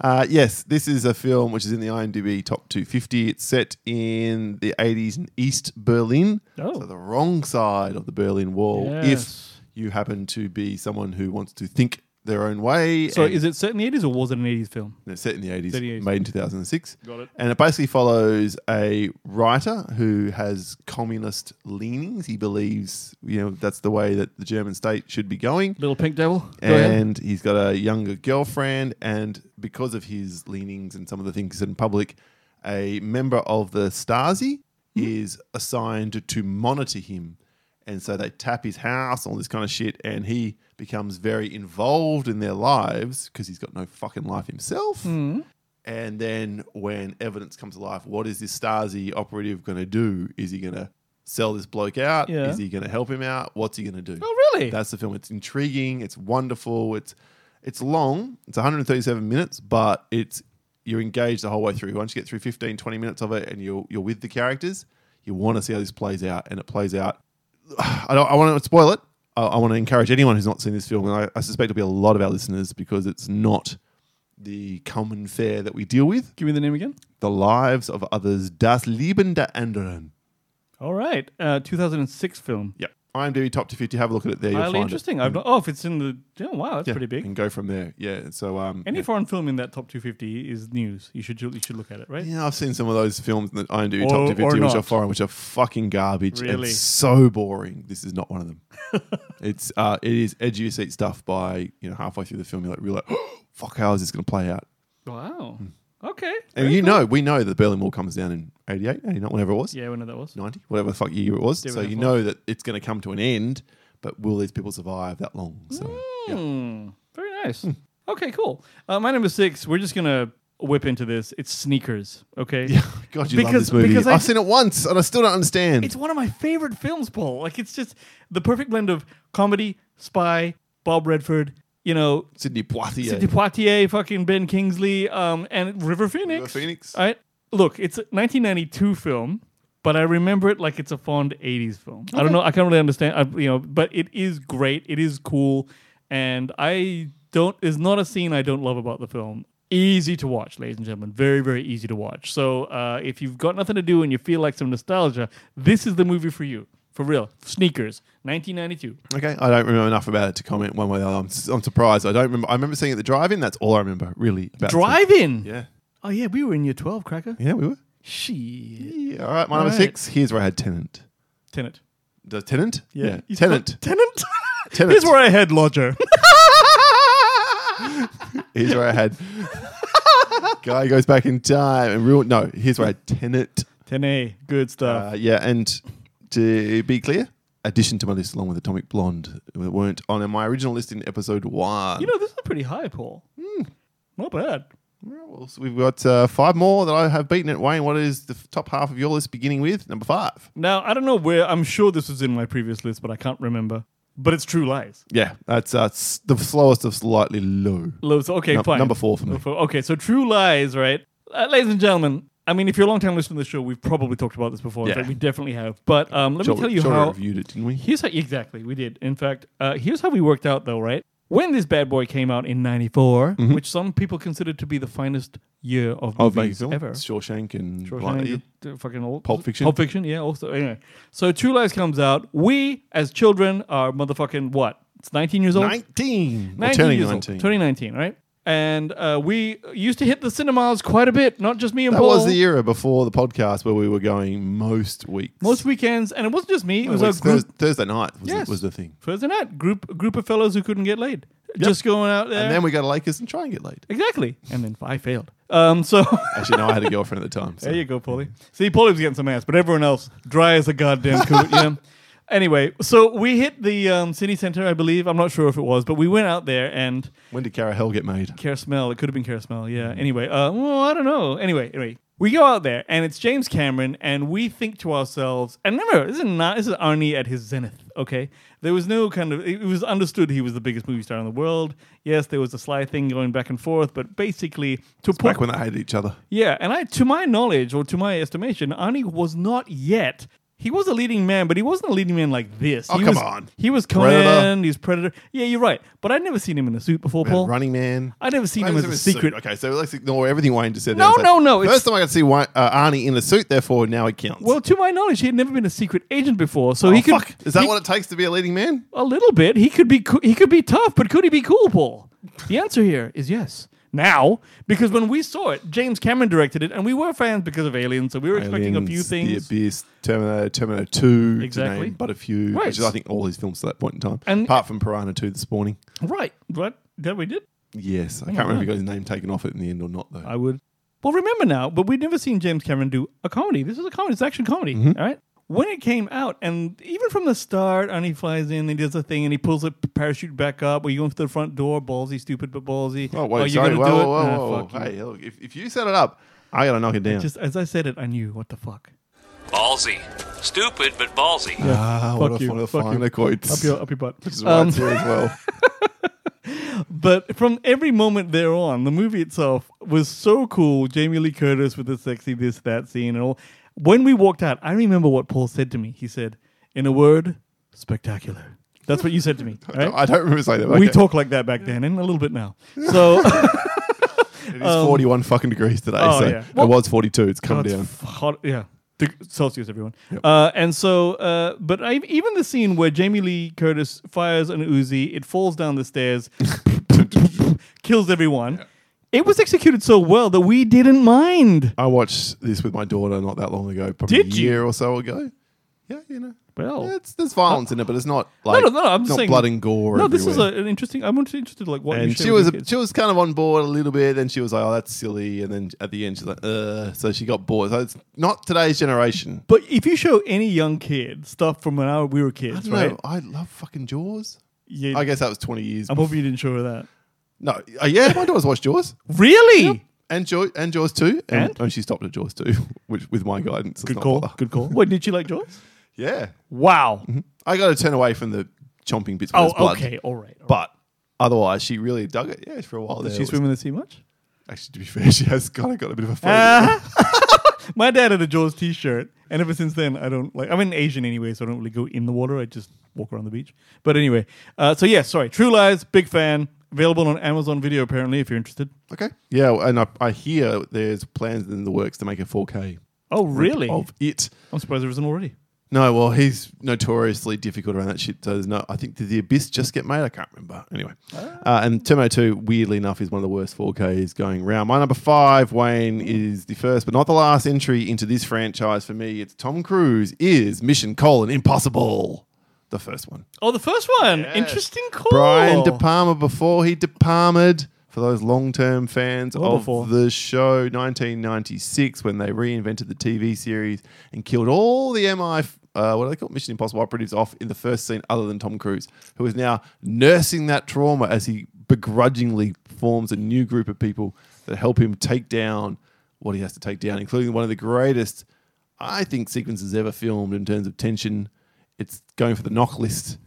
S2: Uh, yes, this is a film which is in the IMDb top 250. It's set in the 80s in East Berlin.
S1: Oh.
S2: So the wrong side of the Berlin Wall.
S1: Yes.
S2: If you happen to be someone who wants to think their own way.
S1: So
S2: and-
S1: is it set in the 80s or was it an 80s film?
S2: no, set in the 80s,
S1: Set in the 80s.
S2: made in 2006.
S1: Got it.
S2: And it basically follows a writer who has communist leanings. He believes, you know, that's the way that the German state should be going.
S1: Little Pink Devil? Go ahead.
S2: and he's got a younger girlfriend. And because of his leanings and some of the things he said in public, a member of the Stasi
S1: Mm-hmm.
S2: is assigned to monitor him. And so they tap his house, all this kind of shit. And he becomes very involved in their lives because he's got no fucking life himself.
S1: Mm-hmm.
S2: And then when evidence comes to life, what is this Stasi operative going to do? Is he going to sell this bloke out?
S1: Yeah.
S2: Is he going to help him out? What's he going to do?
S1: Oh, really?
S2: That's the film. It's intriguing. It's wonderful. It's it's long. It's 137 minutes, but it's you're engaged the whole way through. Once you get through 15, 20 minutes of it, and you're you're with the characters, you want to see how this plays out, and it plays out. I don't. I want to spoil it. I, I want to encourage anyone who's not seen this film, and I, I suspect it'll be a lot of our listeners because it's not the common fare that we deal with.
S1: Give me the name again.
S2: The lives of others, das Leben der anderen.
S1: All right. Uh, 2006 film.
S2: Yeah. IMDb top 250. Have a look at it there. You'll
S1: Highly
S2: find
S1: interesting.
S2: It.
S1: I've not, oh, if it's in the. Oh, wow, that's
S2: Yeah,
S1: pretty big.
S2: And go from there. Yeah. So um,
S1: Any
S2: yeah.
S1: foreign film in that top 250 is news. You should you should look at it, right?
S2: Yeah, I've seen some of those films that I do
S1: Or-
S2: top
S1: or
S2: 250, which are
S1: not.
S2: foreign, which are fucking garbage and
S1: Really?
S2: so boring. This is not one of them. it's uh, it is edgy of your seat stuff. By you know halfway through the film, you're like, really, like, fuck, how is this going to play out?
S1: Wow.
S2: Mm.
S1: Okay.
S2: And you know, we know that the Berlin Wall comes down in 88, 89, whenever it was,
S1: Yeah, when that was.
S2: 90, whatever the fuck year it was. so
S1: enough
S2: you
S1: was.
S2: know that it's going to come to an end, but will these people survive that long? So yeah.
S1: Hmm. Very nice.
S2: Mm.
S1: Okay, cool. Uh, my number six, we're just going to whip into this. It's Sneakers, okay?
S2: God, you love
S1: Because-
S2: this movie.
S1: because
S2: I've
S1: I-
S2: seen it once and I still don't understand.
S1: It's one of my favorite films, Paul. Like it's just the perfect blend of comedy, spy, Bob Redford, you know,
S2: Sydney Poitier.
S1: Sidney Poitier, fucking Ben Kingsley, um, and River Phoenix.
S2: River Phoenix.
S1: All right. Look, it's a 1992 film, but I remember it like it's a fond 80s film. I don't know. I can't really understand. I, you know, but it is great. It is cool, and I don't. There's not a scene I don't love about the film. Easy to watch, ladies and gentlemen. Very, very easy to watch. So uh, if you've got nothing to do and you feel like some nostalgia, this is the movie for you. For real, sneakers, 1992.
S2: Okay, I don't remember enough about it to comment one way or the other. I'm, s- I'm surprised. I don't remember. I remember seeing it at the drive-in. That's all I remember, really. About
S1: Drive-in.
S2: It. Yeah,
S1: Oh yeah, we were in year 12, cracker.
S2: yeah, we were.
S1: She.
S2: Yeah. All right, my number
S1: right.
S2: six. Here's where I had Tenant.
S1: Tenant.
S2: The Tenant.
S1: Yeah. You
S2: Tenant.
S1: spelled Tenant.
S2: Tenet.
S1: Here's where I had Lodger.
S2: Here's where I had. Guy goes back in time and real. No, here's where I had Tenet.
S1: Tene, good stuff.
S2: Uh, yeah, and to be clear, addition to my list along with Atomic Blonde that weren't on my original list in episode one.
S1: you know, this is pretty high, Paul.
S2: hmm.
S1: Not bad.
S2: Well, so we've got uh, five more that I have beaten at Wayne. What is the f- top half of your list beginning with? Number five.
S1: Now, I don't know where, I'm sure this was in my previous list, but I can't remember. But it's True Lies.
S2: Yeah, that's uh, s- the slowest of slightly low.
S1: Low, so- okay,
S2: Num-
S1: fine.
S2: number four for me.
S1: Number four. Okay, so True Lies, right? Uh, ladies and gentlemen, I mean, if you're a long time listener to the show, we've probably talked about this before. In
S2: Yeah.
S1: fact, we definitely have. But um, let me
S2: Sure,
S1: tell you
S2: sure we
S1: how.
S2: reviewed it, didn't we?
S1: Here's how exactly we did. In fact, uh, here's how we worked out though, right? When this bad boy came out in '94, which some people consider to be the finest year of
S2: Mm-hmm. Of
S1: movies
S2: film,
S1: ever,
S2: Shawshank and
S1: Shawshank,
S2: Shawshank.
S1: uh, fucking old
S2: Pulp Fiction.
S1: Pulp Fiction, yeah. Also, anyway, so True Lies comes out. We as children are motherfucking what? It's 19 years old.
S2: 19. Or
S1: 19
S2: turning
S1: years
S2: 19.
S1: old. Turning 19, right? And uh, we used to hit the cinemas quite a bit, not just me and
S2: that
S1: Paul.
S2: was the era before the podcast where we were going most weeks.
S1: Most weekends, and it wasn't just me. It was our
S2: weeks.
S1: group
S2: Thurs- Thursday night was,
S1: Yes.
S2: the, was the thing.
S1: Thursday night group group of fellows who couldn't get laid, just going out there.
S2: And then we go to Lakers and try and get laid.
S1: Exactly. And then I failed. Um, so
S2: Actually, no, I had a girlfriend at the time. So.
S1: there you go, Paulie. See, Paulie was getting some ass, but everyone else dry as a goddamn coot. you know? Anyway, so we hit the um, city center, I believe. I'm not sure if it was, but we went out there and
S2: When did Cara Hell get made?
S1: Care Smell. It could have been Care Smell. Yeah. Anyway, uh, well, I don't know. Anyway, anyway, we go out there and it's James Cameron, and we think to ourselves, and remember, this is not this is Arnie at his zenith. Okay, there was no kind of it was understood he was the biggest movie star in the world. Yes, there was a sly thing going back and forth, but basically to a
S2: Back
S1: point,
S2: when they hated each other.
S1: yeah. And I, to my knowledge or to my estimation, Arnie was not yet. He was a leading man, but he wasn't a leading man like this.
S2: Oh,
S1: he
S2: come
S1: was,
S2: on.
S1: He was
S2: Predator.
S1: Conan. He was Predator. Yeah, you're right. But I'd never seen him in a suit before, Paul.
S2: Running Man.
S1: I'd never seen him
S2: Wayne's
S1: as
S2: in
S1: a
S2: suit.
S1: secret.
S2: Okay, so let's ignore everything Wayne just said.
S1: No,
S2: there. It's like,
S1: no, no,
S2: First
S1: it's-
S2: time I could see Wayne, uh, Arnie in a suit, therefore now it counts.
S1: Well, to my knowledge, he had never been a secret agent before, so
S2: Oh,
S1: he could.
S2: fuck. Is that
S1: he-
S2: what it takes to be a leading man?
S1: a little bit? He could be. coo- He could be tough, but could he be cool, Paul? The answer here is yes. Now, because when we saw it, James Cameron directed it, and we were fans because of Aliens, so we were expecting a few
S2: Aliens,
S1: things.
S2: The Abyss, Terminator, Terminator 2, exactly.
S1: Exactly.
S2: but a few,
S1: Right.
S2: which is, I think, all his films to that point in time.
S1: And-
S2: Apart from Piranha 2 this morning.
S1: right, right. That we did.
S2: Yes. I can't remember if he got his name taken off it in the end or not, though.
S1: Oh, I would. Well, remember now, but we'd never seen James Cameron do a comedy. This is a comedy. It's action comedy.
S2: Mm-hmm.
S1: all right. When it came out, and even from the start, and he flies in, and he does a thing, and he pulls a parachute back up. Were you going for the front door? Ballsy, stupid, but ballsy.
S2: oh, wait,
S1: Are you
S2: sorry.
S1: gonna
S2: Whoa,
S1: do
S2: whoa,
S1: it?
S2: whoa,
S1: Nah,
S2: whoa.
S1: fuck you.
S2: Hey, look, if, if you set it up, I got to knock it down.
S1: Just as I said it, I knew what the fuck.
S5: Ballsy. Stupid, but ballsy.
S2: ah, what
S1: fuck
S2: a
S1: you,
S2: fun of
S1: fuck you.
S2: finer quotes.
S1: Up your, up your butt.
S2: Which is why
S1: Um,
S2: it's here as well.
S1: but from every moment there on, the movie itself was so cool. Jamie Lee Curtis with the sexy this, that scene and all. When we walked out, I remember what Paul said to me. He said, in a word, spectacular. That's what you said to me. right?
S2: I don't remember saying that. but
S1: We
S2: okay.
S1: talk like that back then and a little bit now. So,
S2: It is 41 fucking degrees today.
S1: um, oh,
S2: so
S1: yeah.
S2: it was 42. It's come
S1: God,
S2: down.
S1: f- hot- yeah. The Celsius, everyone. Uh, and so, uh, but I, even the scene where Jamie Lee Curtis fires an Uzi, it falls down the stairs, kills everyone. It was executed so well that we didn't mind.
S2: I watched this with my daughter not that long ago, probably
S1: Did
S2: a
S1: you?
S2: year or so ago. Yeah, you know.
S1: Well.
S2: Yeah, it's, there's violence in it, but it's not like
S1: no, no, I'm
S2: not
S1: saying-
S2: blood and gore.
S1: no, this is
S2: everywhere.
S1: a, an interesting. I'm interested, like what. you
S2: And
S1: share
S2: she
S1: with
S2: was
S1: your kids.
S2: she was kind of on board a little bit. Then she was like, "Oh, that's silly." And then at the end, she's like, "Uh." So she got bored. So it's not today's generation.
S1: But if you show any young kid stuff from when I, we were
S2: I
S1: kids,
S2: don't
S1: right?
S2: know. I love fucking Jaws.
S1: Yeah,
S2: I guess that was twenty years.
S1: I'm hoping you didn't show her that.
S2: no, uh, yeah, my daughter's watched Jaws
S1: Really?
S2: and Jaws and Jaws two, and,
S1: And?
S2: and she stopped at Jaws two, which with my guidance. let's
S1: Good
S2: not
S1: call.
S2: bother.
S1: Good call. What did she like, Jaws?
S2: Yeah,
S1: Wow.
S2: I got to turn away from the chomping bits. where
S1: Oh,
S2: there's blood.
S1: okay. All right. All right.
S2: But otherwise, she really dug it. Yeah, for a while. there,
S1: Did
S2: it
S1: she
S2: was-
S1: swim in the sea much?
S2: Actually, to be fair, she has kind of got a bit of a. phobia.
S1: Uh, my dad had a Jaws T-shirt, and ever since then, I don't like. I'm an Asian anyway, so I don't really go in the water. I just walk around the beach. But anyway, uh, so yeah, sorry. True Lies, big fan. Available on Amazon Video apparently, if you're interested.
S2: Okay. Yeah, and I, I hear there's plans in the works to make a 4K
S1: Oh, really?
S2: of it.
S1: I'm surprised there isn't already.
S2: No, well, he's notoriously difficult around that shit. So there's no. I think did the Abyss just get made? I can't remember. Anyway, uh, and Terminator 2, weirdly enough, is one of the worst 4Ks going round. My number five, Wayne, is the first but not the last entry into this franchise for me. It's Tom Cruise is Mission Colon Impossible. The first one.
S1: Oh, the first one. Interesting call.
S2: Brian De Palma before he de Palma'd. For those long-term fans
S1: Well
S2: of
S1: before.
S2: the show, 1996, when they reinvented the TV series and killed all the MI, uh, what do they call it? Mission Impossible operatives off in the first scene, other than Tom Cruise, who is now nursing that trauma as he begrudgingly forms a new group of people that help him take down what he has to take down, including one of the greatest, I think, sequences ever filmed in terms of tension. It's going for the knock list.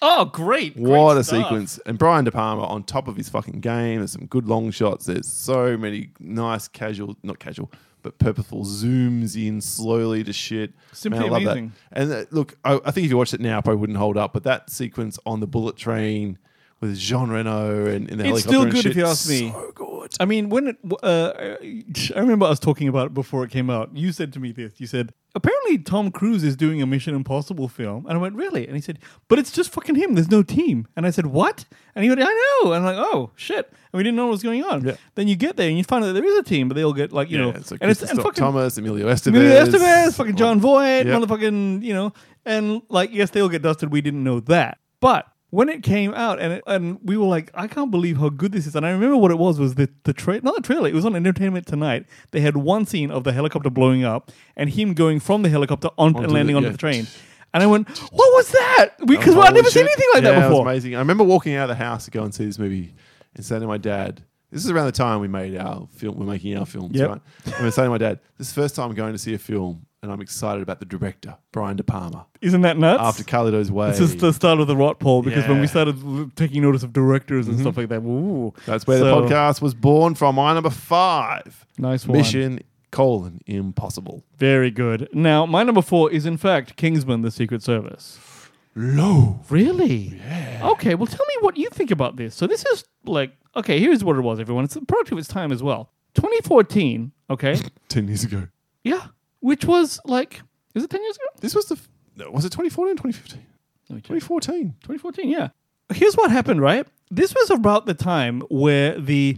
S1: Oh, great. great
S2: What a
S1: stuff.
S2: sequence. And Brian De Palma on top of his fucking game. There's some good long shots. There's so many nice casual, not casual, but purposeful zooms in slowly to shit.
S1: Simply amazing.
S2: that. And uh, look, I, I think if you watched it now, it probably wouldn't hold up. But that sequence on the bullet train with Jean Reno and, and the
S1: It's
S2: helicopter
S1: still
S2: and
S1: good if
S2: shit,
S1: you ask me.
S2: So good.
S1: I mean, when it, uh, I remember I was talking about it before it came out. You said to me this. You said apparently Tom Cruise is doing a Mission Impossible film, and I went really, and he said, but it's just fucking him. There's no team, and I said what? And he went, I know, and I'm like, oh shit, and we didn't know what was going on. Then you get there and you find out that there is a team, but they all get like you know,
S2: yeah, it's like
S1: and it's
S2: Christopher
S1: and fucking
S2: Thomas, Emilio Estevez.
S1: Emilio Estevez, fucking John Voight,
S2: Yep.
S1: motherfucking, you know, and like, yes, they all get dusted. We didn't know that, but when it came out and it, and we were like, I can't believe how good this is. And I remember what it was was the the tra- not the trailer. It was on Entertainment Tonight. They had one scene of the helicopter blowing up and him going from the helicopter on and
S2: the-
S1: landing onto
S2: yeah.
S1: the train. And I went, what was that? Because I've never seen
S2: Holy shit.
S1: anything like
S2: Yeah,
S1: that
S2: it
S1: before.
S2: was amazing. I remember walking out of the house to go and see this movie and saying to my dad, this is around the time we made our film, we're making our films,
S1: Yep.
S2: right? And we're saying to my dad, this is the first time I'm going to see a film and I'm excited about the director, Brian De Palma,
S1: Isn't that nuts?
S2: after Carlito's Way.
S1: this is the start of the rot poll because when
S2: Yeah. Mm-hmm.
S1: we started l- taking notice of directors and stuff like that, ooh,
S2: That's where
S1: So-
S2: the podcast was born from. My number five.
S1: Nice one.
S2: Mission colon impossible.
S1: Very good. Now, my number four is in fact Kingsman: The Secret Service.
S2: Low.
S1: Really? Yeah. Okay. Well, tell me what you think about this. So this is like, okay, here's what it was, everyone. It's a product of its time as well. 2014. Okay.
S2: 10 years ago.
S1: yeah. Which was like, is it 10 years ago?
S2: This was the, f- no, was it 2014 2015?
S1: Let me check.
S2: 2014.
S1: 2014, yeah. Here's what happened, right? This was about the time where the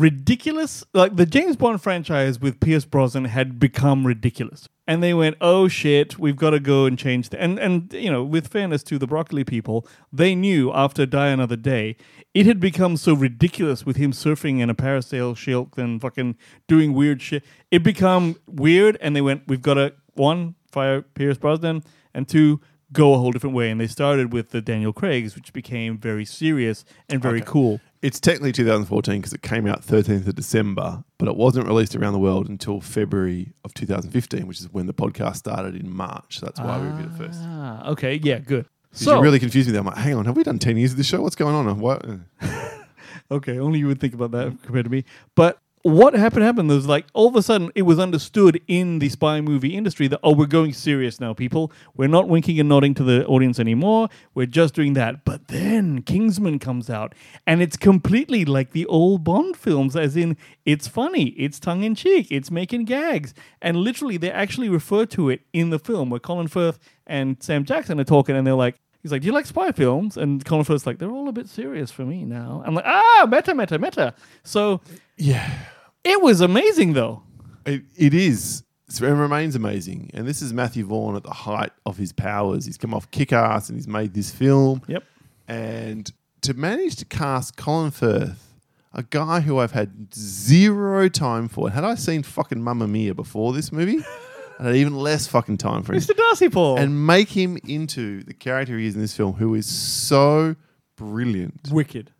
S1: ridiculous, like the James Bond franchise with Pierce Brosnan had become ridiculous. And they went, oh shit, we've got to go and change. The-. And, and, you know, with fairness to the Broccoli people, they knew after Die Another Day, it had become so ridiculous with him surfing in a parasail silk and fucking doing weird shit. It become weird, and they went, we've got to, one, fire Pierce Brosnan, and two, go a whole different way. And they started with the Daniel Craig's, which became very serious and very cool.
S2: It's technically 2014 because it came out 13th of December, but it wasn't released around the world until February of 2015, which is when the podcast started in March. So that's why we reviewed it first.
S1: Ah, okay, yeah, good.
S2: 'Cause you really confused me there. I'm like, hang on, have we done 10 years of this show? What's going on? What?
S1: Okay, only you would think about that compared to me. But what happened happened was like all of a sudden it was understood in the spy movie industry that oh we're going serious now people we're not winking and nodding to the audience anymore we're just doing that but then kingsman comes out and it's completely like the old bond films as in it's funny it's tongue-in-cheek it's making gags and literally they actually refer to it in the film where colin firth and sam jackson are talking and they're like He's like, "Do you like spy films?" And Colin Firth's like, "They're all a bit serious for me now." I'm like, "Ah, meta, meta, meta." So
S2: Yeah.
S1: it was amazing, though.
S2: It, it is. It's- It remains amazing. And this is Matthew Vaughn at the height of his powers. He's come off kick ass and he's made this film.
S1: Yep.
S2: And to manage to cast Colin Firth, a guy who I've had zero time for, had I seen fucking Mamma Mia before this movie, I'd had even less fucking time for him.
S1: Mr. Darcy Paul.
S2: And make him into the character he is in this film, who is so brilliant.
S1: wicked.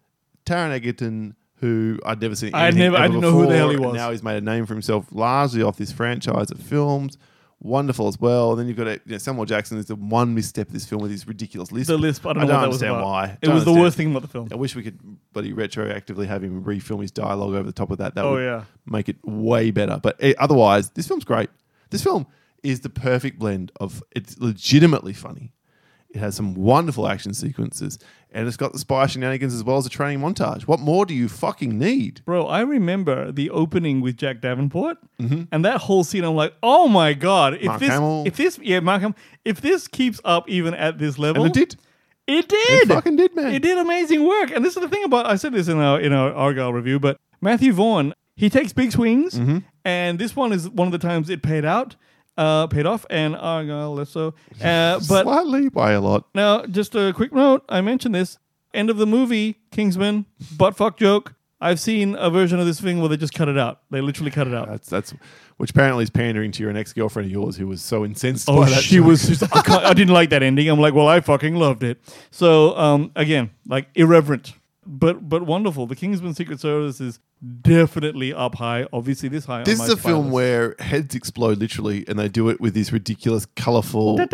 S2: Taron Egerton, who I'd never seen.
S1: I had
S2: anything
S1: never- I
S2: ever
S1: didn't know who the
S2: before,
S1: hell he
S2: and
S1: was.
S2: Now he's made a name for himself largely off this franchise of films. Wonderful as well. And then you've got a, you know, Samuel Jackson is the one misstep of this film with his ridiculous list.
S1: The lisp. I don't know what that was
S2: understand
S1: about.
S2: why.
S1: It
S2: Don't
S1: was the
S2: understand.
S1: worst thing about the film.
S2: I wish we could bloody retroactively have him refilm his dialogue over the top of that. That
S1: Oh,
S2: would
S1: yeah.
S2: make it way better. But eh, otherwise, this film's great. This film is the perfect blend of it's legitimately funny. It has some wonderful action sequences, and it's got the spy shenanigans as well as the training montage. What more do you fucking need?
S1: Bro, I remember the opening with Jack Davenport and that whole scene. I'm like, oh my god! If
S2: Mm-hmm. Mark
S1: this,
S2: Hamill.
S1: if this, yeah, Mark Hamill, if this keeps up even at this level,
S2: And it did.
S1: It did.
S2: fucking did, man.
S1: It did amazing work. And this is the thing about I said this in our in our Argyle review, but
S2: Mm-hmm.
S1: Matthew Vaughn, he takes big swings, and this one is one of the times it paid out. uh, paid off, and Argyle less so. Uh, but
S2: Slightly by a lot.
S1: now, just a quick note. I mentioned this. End of the movie, Kingsman, butt fuck joke. I've seen a version of this thing where they just cut it out. They literally cut it out.
S2: That's that's which apparently is pandering to your ex girlfriend of yours who was so incensed.
S1: Oh,
S2: by that
S1: she
S2: joke.
S1: was just, I, can't- I didn't like that ending. I'm like, well, I fucking loved it. So, um, again, like irreverent, but but wonderful. The Kingsman Secret Service is definitely up high. Obviously, this high.
S2: This
S1: on
S2: is
S1: my
S2: a film
S1: list.
S2: where heads explode literally, and they do it with these ridiculous, colorful uh,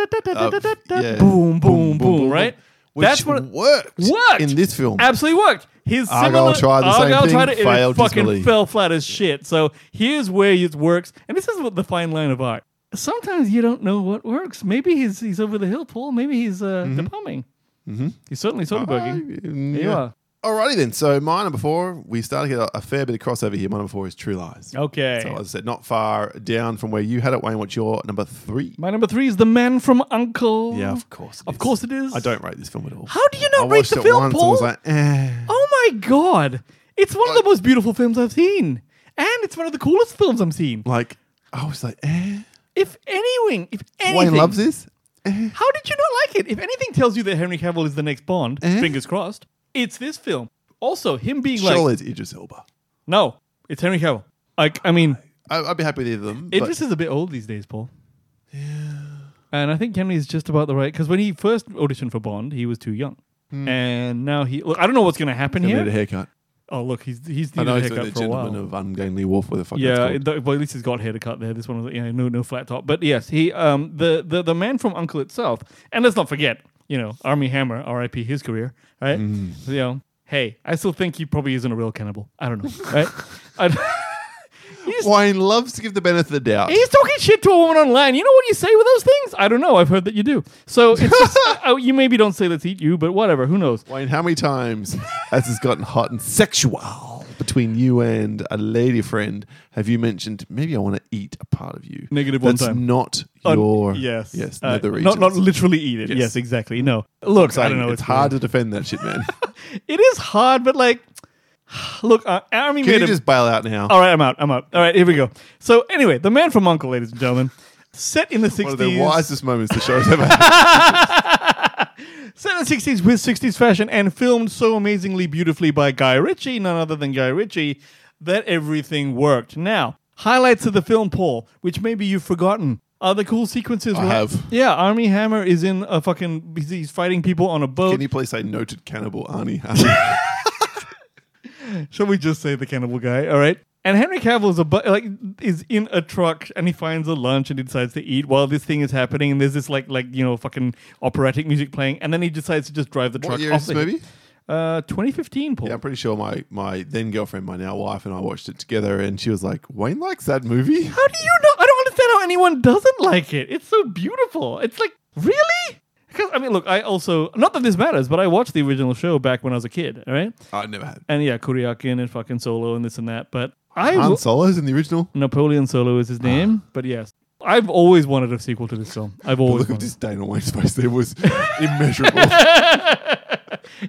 S1: Boom, boom, boom, right?
S2: Which
S1: That's what-
S2: worked.
S1: Worked!
S2: in this film.
S1: absolutely worked. His similar,
S2: Argyle tried the same
S1: Argyle
S2: thing,
S1: tried it, and it
S2: failed
S1: fucking
S2: disbelief.
S1: fell flat as shit. So here's where it works, and this is what the fine line of art. Sometimes you don't know what works. Maybe he's he's over the hill, Paul. Maybe he's uh,
S2: Mm-hmm.
S1: debumming. He's certainly Soderberghing.
S2: Mm,
S1: Here you
S2: yeah.
S1: are.
S2: Alrighty then. So my number four, we started to get a, a fair bit of crossover here. My number four is True Lies.
S1: Okay.
S2: So as I said, not far down from where you had it, Wayne. What's your number three?
S1: My number three is The Man from Uncle.
S2: yeah, of course. it
S1: Of
S2: is.
S1: course it is.
S2: I don't rate this film at all.
S1: How do you
S2: I
S1: not rate
S2: watched
S1: the
S2: it
S1: film,
S2: once
S1: Paul?
S2: and was like, eh.
S1: oh my god! It's one of the most beautiful films I've seen, and it's one of the coolest films I've seen.
S2: Like I was like, eh.
S1: If anything, if anything,
S2: Wayne loves this.
S1: How did you not like it? If anything tells you that Henry Cavill is the next Bond,
S2: Eh?
S1: fingers crossed, it's this film. Also, him being
S2: Surely
S1: like,
S2: it's Idris Elba.
S1: no, it's Henry Cavill. Like, I mean,
S2: I, I'd be happy with either of them. but-
S1: Idris is a bit old these days, Paul. Yeah. And I think Henry is just about the right because when he first auditioned for Bond, he was too young, and now he. Look, I don't know what's going to happen
S2: Hmm. Gonna
S1: here.
S2: need a haircut.
S1: oh, look, he's he's
S2: I
S1: needed
S2: know
S1: a
S2: he's a
S1: haircut for a
S2: gentleman
S1: while.
S2: of ungainly wolf with a fucking.
S1: Yeah, it, though- well, at least he's got hair to cut there. This one was yeah, no, no flat top. But yes, he, um, the the the man from Uncle itself, and let's not forget, you know, Army Hammer, R.I.P. His career, right?
S2: Mm.
S1: You know, hey, I still think he probably isn't a real cannibal. I don't know, right? I-
S2: Wayne loves to give the benefit of the doubt.
S1: He's talking shit to a woman online. You know what you say with those things? I don't know. I've heard that you do. So it's just, oh, you maybe don't say let's eat you, but whatever. Who knows?
S2: Wayne, how many times has this gotten hot and sexual between you and a lady friend? Have you mentioned maybe I want to eat a part of you?
S1: Negative one
S2: That's
S1: time.
S2: not
S1: Un-
S2: your
S1: yes,
S2: yes.
S1: Uh,
S2: nether
S1: not not
S2: regions.
S1: literally eat it. Yes,
S2: Yes.
S1: exactly. No, look, I don't know.
S2: It's hard to defend that shit, man.
S1: It is hard, but like, look, uh, Army
S2: Can
S1: made
S2: you
S1: a
S2: just bail out now?
S1: All right, I'm out. I'm out. All right, here we go. So anyway, the man from Uncle, ladies and gentlemen, set in the
S2: One of the
S1: 60s.
S2: wisest moments the show's ever had.
S1: set in the 60s with 60s fashion and filmed so amazingly beautifully by Guy Ritchie, none other than Guy Ritchie, that everything worked. Now, highlights of the film, Paul, which maybe you've forgotten. Are the cool sequences?
S2: I
S1: where-
S2: have.
S1: Yeah, Army Hammer is in a fucking. he's- He's fighting people on a boat.
S2: Can you please say noted cannibal Arnie? Arnie.
S1: Shall we just say the cannibal guy? All right. And Henry Cavill is a bu- like is in a truck and he finds a lunch and he decides to eat while this thing is happening and there's this like like you know fucking operatic music playing and then he decides to just drive the
S2: what
S1: truck
S2: year
S1: off
S2: is
S1: the-
S2: this movie?
S1: Uh, 2015, Paul.
S2: Yeah, I'm pretty sure my my then girlfriend, my now wife, and I watched it together, and she was like, "Wayne likes that movie."
S1: How do you know? I don't understand how anyone doesn't like it. It's so beautiful. It's like really. 'Cause, I mean, look, I also not that this matters, but I watched the original show back when I was a kid. All right,
S2: I never had.
S1: and yeah, Kuryakin and fucking Solo and this and that. But I
S2: Han
S1: will-
S2: Solo's in the original.
S1: Napoleon Solo is his
S2: Ah.
S1: name, but yes. I've always wanted a sequel to this film. I've
S2: The
S1: always
S2: look of
S1: wanted.
S2: this Dana Wayne's face there was immeasurable.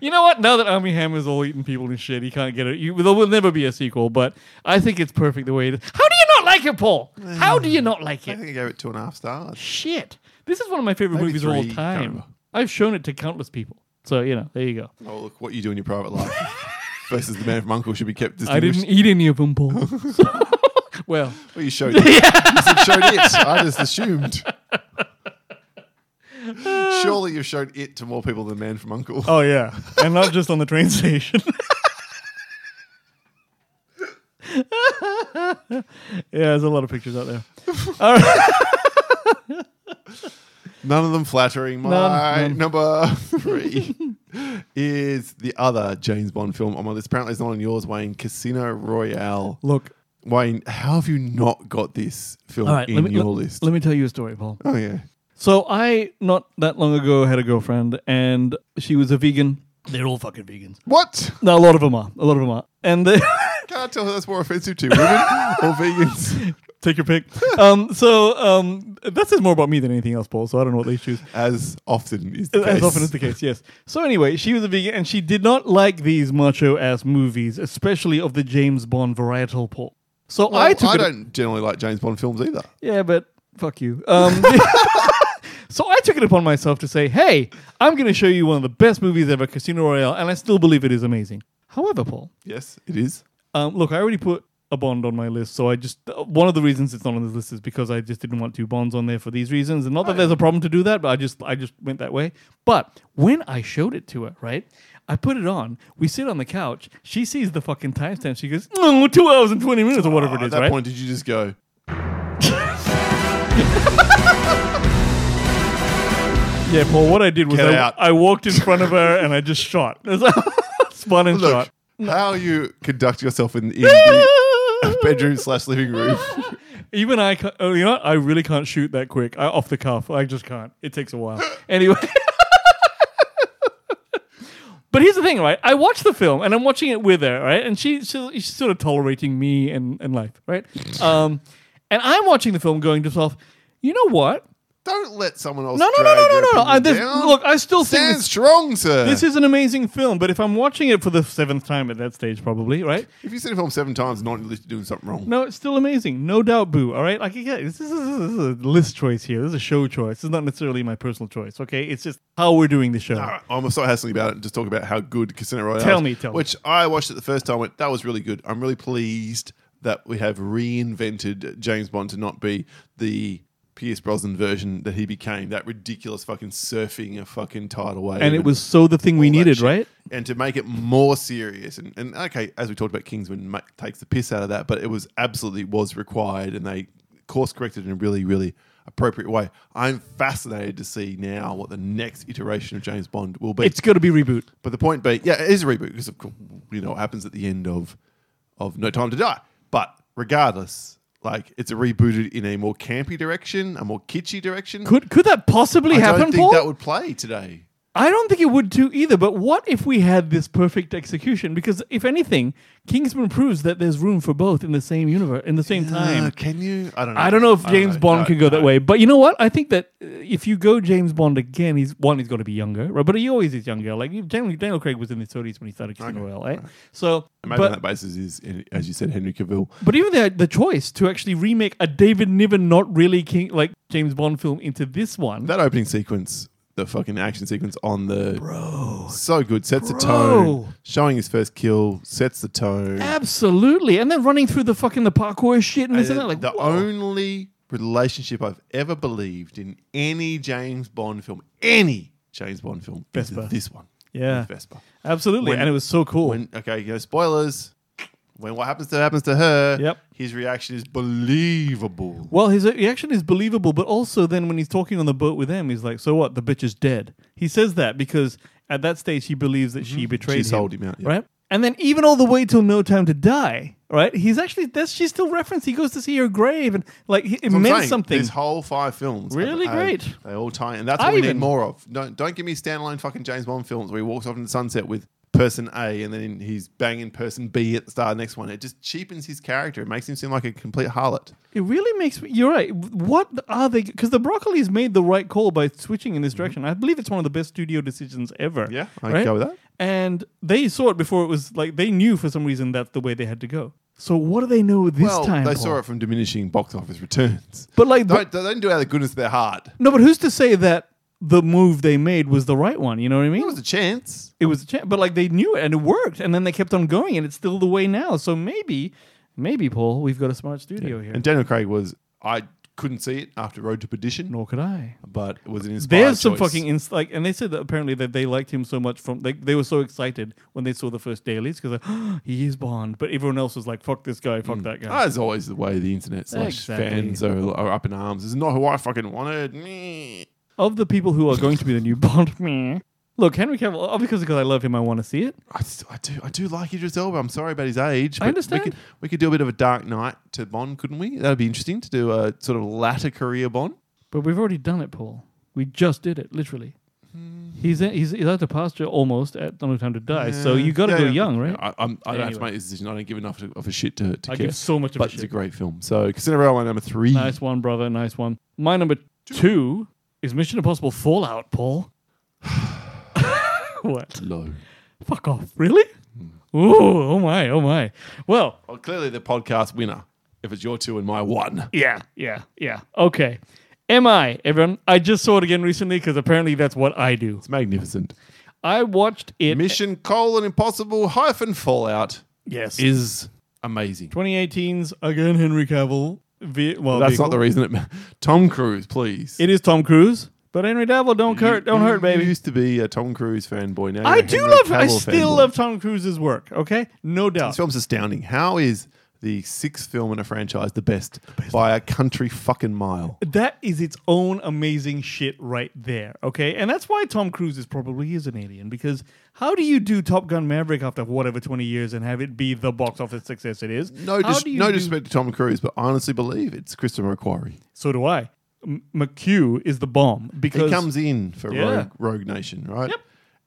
S1: You know what? Now that Army Hammer's all eating people and shit, he can't get it. You, there will never be a sequel, but I think it's perfect the way it is. How do you not like it, Paul? How do you not like
S2: I
S1: it?
S2: think I gave it two and a half stars.
S1: Shit. This is one of my favorite
S2: Maybe
S1: movies of all
S2: three, can't
S1: time.
S2: remember.
S1: I've shown it to countless people. So, you know, there you go.
S2: Oh, look what you do in your private life versus the man from Uncle should be kept
S1: I
S2: distinguished.
S1: didn't eat any of them, Paul. well,
S2: Well, you showed it. You said showed it. I just assumed. Surely you've shown it to more people than Man from Uncle.
S1: Oh yeah, and not just on the train station. yeah, there's a lot of pictures out there.
S2: None of them flattering. My
S1: none.
S2: number three is the other James Bond film on my list. Apparently, it's not on yours, Wayne. Casino Royale.
S1: Look,
S2: Wayne, how have you not got this film
S1: all right,
S2: in
S1: let me,
S2: your
S1: let,
S2: list?
S1: let me tell you a story, Paul.
S2: oh yeah.
S1: So I not that long ago had a girlfriend, and she was a vegan. They're all fucking vegans.
S2: What?
S1: No, a lot of them are. A lot of them are, and they.
S2: Can't tell who that's more offensive to, women or vegans.
S1: Take your pick. Um, so um, that says more about me than anything else, Paul. So I don't know what they choose.
S2: As often is the
S1: As
S2: case.
S1: often is the case, yes. So anyway, she was a vegan and she did not like these macho ass movies, especially of the James Bond varietal pole. So
S2: Well,
S1: I took
S2: I
S1: it-
S2: don't generally like James Bond films either.
S1: Yeah, but Fuck you. Um, so I took it upon myself to say, hey, I'm going to show you one of the best movies ever, Casino Royale, and I still believe it is amazing. However, Paul,
S2: Yes, it is.
S1: um, look, I already put a Bond on my list, so I just uh, one of the reasons it's not on this list is because I just didn't want two Bonds on there for these reasons, and not
S2: Oh,
S1: that there's a problem to do that, but I just I just went that way. But when I showed it to her, right, I put it on. We sit on the couch. She sees the fucking timestamp. She goes, "No, two hours and twenty minutes or whatever
S2: Oh,
S1: it
S2: at
S1: is."
S2: that
S1: right?
S2: point, did you just go?
S1: Yeah, Paul. What I did was
S2: Get
S1: I,
S2: out.
S1: I walked in front of her and I just shot, spun and
S2: Look,
S1: shot.
S2: how you conduct yourself in, in the bedroom slash living room.
S1: Even I, ca- oh, you know, what? I really can't shoot that quick. I off the cuff. I just can't. It takes a while. Anyway. But here's the thing, right? I watched the film and I'm watching it with her, right? And she, she she's sort of tolerating me and, and life, right? Um, and I'm watching the film going to myself, you know what?
S2: Don't let someone else.
S1: No, no, no,
S2: drag
S1: no,
S2: your
S1: no, no, no. I,
S2: opinion
S1: this,
S2: down.
S1: look, I still think
S2: stand
S1: this-
S2: strong, sir.
S1: This is an amazing film, but if I'm watching it for the seventh time at that stage, probably, right?
S2: if you see the film seven times, not you're doing something wrong.
S1: No, it's still amazing. No doubt, boo. All right? Like, yeah, this is, this is this is a list choice here. This is a show choice. This is not necessarily my personal choice, okay? It's just how we're doing the show.
S2: All right, uh, I'm gonna start hassling about it and just talk about how good Casino Royale.
S1: Tell
S2: is,
S1: me, tell me.
S2: Which I watched it the first time. Went that was really good. I'm really pleased that we have reinvented James Bond to not be the Pierce Brosnan version that he became. That ridiculous fucking surfing a fucking tidal wave.
S1: And it was so the thing we
S2: all that
S1: needed,
S2: shit.
S1: right?
S2: And to make it more serious, and, and okay, as we talked about, Kingsman ma- takes the piss out of that, but it was absolutely was required, and they course corrected in a really, really appropriate way. I'm fascinated to see now what the next iteration of James Bond will be.
S1: It's going to be reboot.
S2: but the point being, yeah, it is a reboot because of course, you know what happens at the end of of No Time to Die. But regardless, like it's a rebooted in a more campy direction, a more kitschy direction.
S1: Could could that possibly
S2: I
S1: happen,
S2: don't think
S1: Paul?
S2: that would play today.
S1: I don't think it would too either. But what if we had this perfect execution? Because if anything, Kingsman proves that there's room for both in the same universe, in the same time.
S2: Uh, can you? I don't know.
S1: I don't know if James
S2: know.
S1: Bond
S2: No,
S1: can go that
S2: no.
S1: way, but you know what? I think that uh, if you go James Bond again, he's one, he's got to be younger, right? But he always is younger. Like you- Daniel, Daniel Craig was in his thirties when he started Casino Royale, right? So,
S2: Maybe on
S1: but
S2: that basis is, as you said, Henry Cavill.
S1: but even the the choice to actually remake a David Niven not really King like James Bond film into this one,
S2: That opening sequence, the fucking action sequence on the bro, so good. Sets the
S1: Bro.
S2: tone. Showing his first kill sets the tone.
S1: absolutely, and then running through the fucking the parkour shit and this and that, like
S2: Uh, the
S1: whoa.
S2: only relationship I've ever believed in any James Bond film, any James Bond film, is
S1: Vespa.
S2: this one.
S1: Yeah.
S2: Vespa.
S1: absolutely,
S2: when-
S1: and it was so cool.
S2: When okay, you know, spoilers. When what happens to happens to her,
S1: Yep.
S2: his reaction is believable.
S1: Well, his reaction is believable, but also then when he's talking on the boat with them, he's like, "So what? The bitch is dead." He says that because at that stage he believes that she betrayed
S2: She
S1: him,
S2: sold Mm-hmm. him out, yeah.
S1: right? And then even all the way till No Time to Die, right? He's actually that's she's still referenced. He goes to see her grave, and like he, it
S2: That's what I'm
S1: meant
S2: saying.
S1: something.
S2: These whole five films, have-
S1: Really
S2: have-
S1: great.
S2: They all tie, in. and that's what
S1: I
S2: we
S1: even-
S2: need more of. Don't don't give me standalone fucking James Bond films where he walks off into the sunset with person A, and then he's banging person B at the start of the next one. It just cheapens his character. It makes him seem like a complete harlot.
S1: It really makes me. You're right. What are they? Because the broccoli's made the right call by switching in this direction. I believe it's one of the best studio decisions ever.
S2: Mm-hmm. Yeah, I'd go with that.
S1: And they saw it before it was like they knew for some reason that's the way they had to go. So what do they know this
S2: well,
S1: time?
S2: they
S1: Paul?
S2: saw it from diminishing box office returns.
S1: But like,
S2: Don't
S1: but,
S2: don't do it out of the goodness of their heart.
S1: no, but who's to say that the move they made was the right one? You know what I mean?
S2: There was a chance.
S1: it was a chance, but like they knew it and it worked, and then they kept on going, and it's still the way now. So maybe, maybe Paul, we've got a smart studio here.
S2: And Daniel Craig was I couldn't see it after Road to Perdition,
S1: Nor could I.
S2: but it was an inspired
S1: There's some
S2: choice.
S1: fucking ins- like, and they said that apparently that they liked him so much from like they were so excited when they saw the first dailies because he is Bond, but everyone else was like, "Fuck this guy,
S2: Mm.
S1: fuck that guy."
S2: That's always the way the internet slash
S1: Exactly.
S2: fans are, are up in arms. It's not who I fucking wanted. Meh.
S1: of the people who are going to be the new Bond, meh. Look, Henry Cavill, oh, because because I love him, I want to see it.
S2: I, still, I do I do like Idris Elba. I'm sorry about his age. but
S1: understand.
S2: We could, we could do a bit of a Dark Knight to Bond, couldn't we? That'd be interesting to do a sort of latter career Bond.
S1: But we've already done it, Paul. We just did it, literally.
S2: Hmm.
S1: He's in, he's he's out to pasture almost at No Time to Die. so you got to
S2: Yeah,
S1: go
S2: yeah.
S1: young, right?
S2: I, I'm, I don't have to
S1: Anyway.
S2: make a decision. I don't give enough to- of a shit to, to
S1: I
S2: care.
S1: give so much of a
S2: but it's a
S1: shit.
S2: great film. So Casino Royale, my number three.
S1: Nice one, brother. Nice one. My number two is Mission Impossible Fallout, Paul. what?
S2: Low.
S1: Fuck
S2: Hmm.
S1: off. Really? Ooh, oh my, oh my. Well,
S2: Well, clearly the podcast winner. if it's your two and my one.
S1: Yeah, yeah, yeah. Okay. Am I, everyone? I just saw it again recently because apparently that's what I do.
S2: It's magnificent.
S1: I watched it
S2: Mission colon impossible hyphen fallout
S1: Yes.
S2: is amazing.
S1: 2018's again Henry Cavill. ve- well,
S2: That's
S1: vehicle.
S2: not the reason it ma- Tom Cruise, please.
S1: It is Tom Cruise, but Henry Cavill don't hurt, don't hurt,
S2: You
S1: baby.
S2: used to be a Tom Cruise fanboy. Now
S1: I
S2: you're a
S1: do
S2: Henry
S1: love. I
S2: Cavill
S1: still
S2: fanboy.
S1: love Tom Cruise's work. Okay, no doubt.
S2: This film's astounding. How is the sixth film in a franchise the best, by a country fucking mile?
S1: that is its own amazing shit right there. Okay, and that's why Tom Cruise is probably is an alien because how do you do Top Gun Maverick after whatever twenty years and have it be the box office success it is?
S2: No,
S1: How
S2: dis-
S1: do you
S2: no
S1: do-
S2: disrespect to Tom Cruise, but I honestly believe it's Christopher McQuarrie.
S1: So do I. M- McHugh is the bomb
S2: He
S1: because
S2: comes in for
S1: Yeah.
S2: Rogue, Rogue Nation, right?
S1: Yep.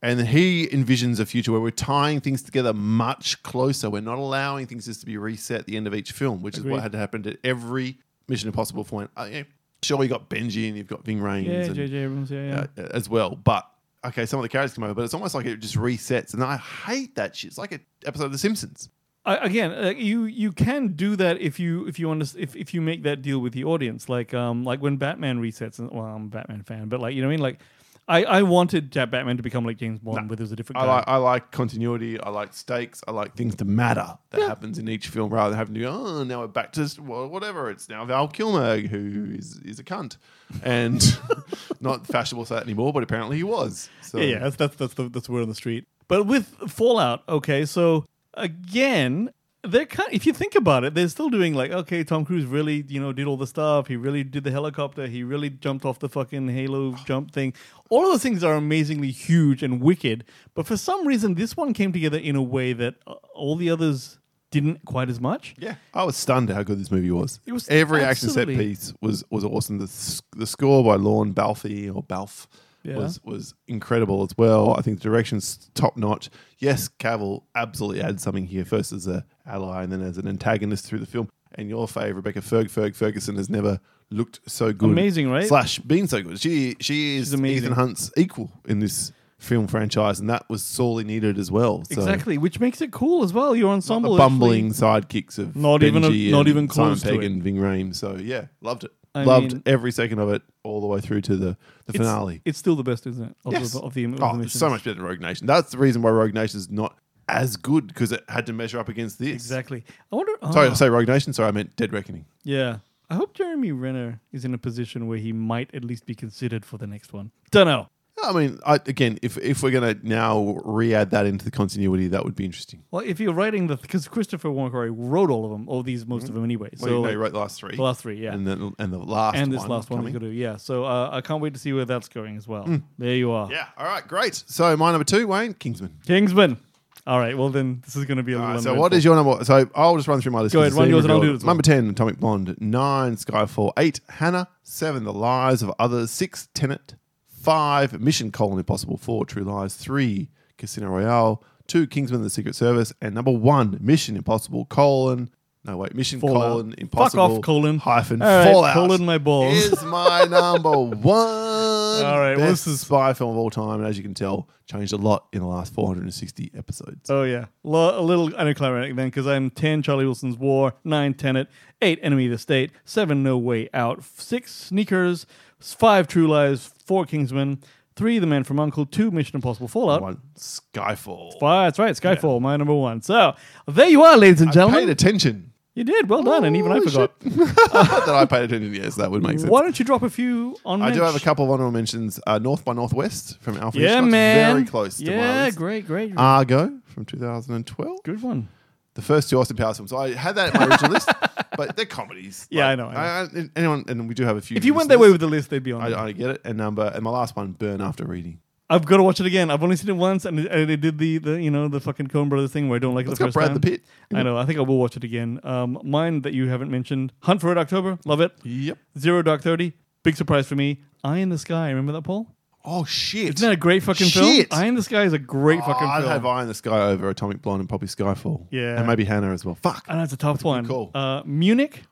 S2: And he envisions a future where we're tying things together much closer. We're not allowing things just to be reset at the end of each film, which is
S1: Agreed.
S2: what had happened at every Mission Impossible point. Uh, yeah, sure, you got Benji and you've got Ving Rhames
S1: yeah,
S2: and,
S1: JJ Abrams, yeah, yeah.
S2: uh, as well. But okay, some of the characters come over, but it's almost like it just resets. And I hate that shit. It's like an episode of The Simpsons.
S1: I, again, uh, you you can do that if you if you under, if if you make that deal with the audience, like um like when Batman resets. And, well, I'm a Batman fan, but like you know what I mean. Like, I I wanted Ja- Batman to become like James Bond, but there's a different.
S2: I
S1: guy.
S2: like I like continuity. I like stakes. I like things to matter that happens in each film rather than having to go. Oh, now we're back to well, whatever. It's now Val Kilmer who is is a cunt and not fashionable for that anymore. But apparently he was. So
S1: Yeah, yeah, that's that's that's the that's the word on the street. But with Fallout, okay, so again, they're kind. If you think about it, they're still doing like, okay, Tom Cruise really, you know, did all the stuff. He really did the helicopter. He really jumped off the fucking Halo jump thing. All of those things are amazingly huge and wicked. But for some reason, this one came together in a way that uh, all the others didn't quite as much.
S2: Yeah, I was stunned at how good this movie was.
S1: It was
S2: every action set
S1: absolutely-
S2: piece was was awesome. The, s- the score by Lorne Balfe or Balf
S1: Yeah.
S2: was was incredible as well. I think the direction's top notch. Yes, Cavill absolutely adds something here. First as a ally, and then as an antagonist through the film. And your fave, Rebecca Ferg Ferg Ferguson, has never looked so good.
S1: Amazing, right?
S2: Slash been so good. She she is
S1: amazing.
S2: Ethan Hunt's equal in this film franchise, and that was sorely needed as well. So
S1: Exactly, which makes it cool as well. Your
S2: the
S1: ensemble, actually-
S2: bumbling sidekicks of
S1: Not
S2: Benji
S1: even a- not
S2: and
S1: even close
S2: Simon
S1: to
S2: Pegg
S1: it.
S2: and Ving Rhames. So yeah, loved it.
S1: I
S2: loved
S1: mean-
S2: every second of it, all the way through to the, the
S1: It's-
S2: finale.
S1: It's still the best, isn't it? Of
S2: Yes.
S1: the, of the, of the
S2: oh, it's
S1: missions.
S2: so much better than Rogue Nation. That's the reason why Rogue Nation is not as good because it had to measure up against this.
S1: Exactly. I wonder.
S2: Sorry,
S1: oh.
S2: say Rogue Nation. Sorry, I meant Dead Reckoning.
S1: Yeah. I hope Jeremy Renner is in a position where he might at least be considered for the next one. Dunno.
S2: I mean, I, again, if if we're gonna now re-add that into the continuity, that would be interesting.
S1: Well, if you're writing the, because Christopher Warren wrote all of them, all these, most of them anyway.
S2: Mm-hmm. Well,
S1: so
S2: you know,
S1: like,
S2: you wrote the last three,
S1: the last three, yeah.
S2: and
S1: And,
S2: then and the last
S1: this
S2: one
S1: last one
S2: coming.
S1: we're gonna do, yeah. So uh, I can't wait to see where that's going as well. There you are,
S2: Hmm. Yeah. All right. Great. So my number two, Wayne Kingsman.
S1: Kingsman. All right, well then this is gonna be a
S2: All
S1: little.
S2: right, so what is your number? So I'll just run through my list.
S1: Go ahead,
S2: 'cause it's
S1: run
S2: been
S1: yours and I'll
S2: revealed.
S1: do it as well.
S2: Number ten, Atomic Blonde. Nine, Skyfall. Eight, Hannah. Seven, The Lives of Others. Six, Tenet. Five, Mission: Colon Impossible. Four, True Lies. Three, Casino Royale. Two, Kingsman: The Secret Service. And number one, Mission: Impossible: Colon. No wait, Mission:
S1: Fallout.
S2: Colon
S1: Fuck off,
S2: Impossible.
S1: colon.
S2: hyphen
S1: All right,
S2: Fallout.
S1: colon my balls.
S2: is my number one.
S1: All right, well,
S2: best
S1: this is-
S2: spy film of all time, and as you can tell, changed a lot in the last 460 episodes.
S1: Oh yeah, Lo- a little anticlimactic then, because I'm ten Charlie Wilson's War, nine Tenet, eight Enemy of the State, seven No Way Out, f- six Sneakers, s- five True Lies, four Kingsman, three The Man from Uncle, two Mission Impossible Fallout.
S2: one Skyfall.
S1: Wow, that's right, Skyfall, my number one. So there you are, ladies and
S2: Paid
S1: gentlemen.
S2: attention.
S1: You did well done, and even I
S2: Holy
S1: forgot.
S2: Not that I paid attention. Yes, that would make sense.
S1: Why don't you drop a few on?
S2: I do
S1: mensch?
S2: have a couple of honorable mentions. Uh, North by Northwest from Alfred
S1: Yeah,
S2: Hitchcock.
S1: man.
S2: Very close to my
S1: Yeah,
S2: list.
S1: great, great,
S2: Argo from 2012.
S1: good one.
S2: The first two Austin Powers films. I had that in my original list, but they're comedies.
S1: Yeah, I know, I
S2: I- I- anyone, and we do have a few.
S1: If you went that way with the list, they'd be on.
S2: I, I get it. And number and my last one, Burn After Reading.
S1: I've got to watch it again. I've only seen it once, and it, and it did the, the you know the fucking Coen Brothers thing where I don't like it
S2: It's
S1: the
S2: got
S1: first
S2: Brad
S1: time.
S2: the Pitt.
S1: I know. I think I will watch it again. Um, mine that you haven't mentioned, Hunt for Red October. Love it.
S2: Yep.
S1: Zero Dark Thirty. Big surprise for me. Eye in the Sky. Remember that, Paul?
S2: Oh shit!
S1: Isn't that a great fucking film?
S2: Shit. Oh,
S1: Eye in the Sky is a great fucking
S2: I'd
S1: film.
S2: have Eye in the Sky over Atomic Blonde and Poppy Skyfall.
S1: Yeah.
S2: and maybe Hannah as well. Fuck.
S1: and that's a tough one.
S2: call.
S1: Uh, Munich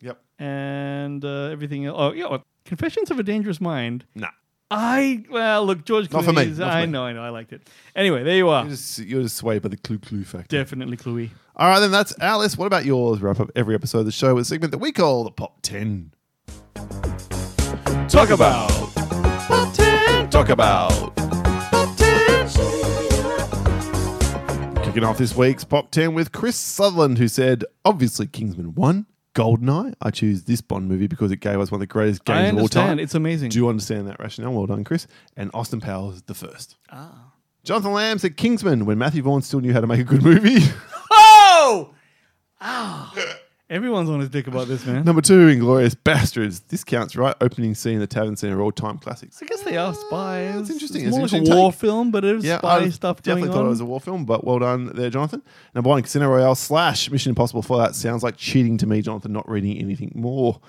S2: Yep.
S1: and uh, everything. Else. Oh yeah. well, Confessions of a Dangerous Mind.
S2: Nah.
S1: I well look George
S2: Not for me,
S1: Clooney's.
S2: not for
S1: I
S2: me.
S1: know, I know, I liked it. Anyway, there you are.
S2: You're just, you're just swayed by the clue clue factor.
S1: Definitely Cluey.
S2: All right, then that's our list. What about yours? Wrap up every episode of the show with a segment that we call the Pop 10. Talk about. Pop 10. Talk about. Pop 10. Kicking off this week's Pop 10 with Chris Sutherland, who said, obviously, Kingsman 1, Goldeneye. I choose this Bond movie because it gave us one of the greatest games
S1: I
S2: of all time.
S1: understand. It's amazing.
S2: Do you understand that rationale? Well done, Chris. And Austin Powers, the first. Ah. Jonathan Lamb said Kingsman when Matthew Vaughn still knew how to make a good movie.
S4: Oh!
S1: Everyone's on his dick about this, man.
S2: Number two, Inglorious Bastards. This counts, right? Opening scene, the tavern scene are all time classics.
S1: I guess they are spies.
S2: It's interesting.
S1: It's
S2: It's
S1: more
S2: an
S1: like a
S2: interesting
S1: war
S2: take.
S1: film, but there's spy
S2: I
S1: stuff
S2: definitely
S1: going
S2: thought
S1: on.
S2: it was a war film, but well done there, Jonathan. Number one, Casino Royale slash Mission Impossible Fallout sounds like cheating to me, Jonathan. Not reading anything more.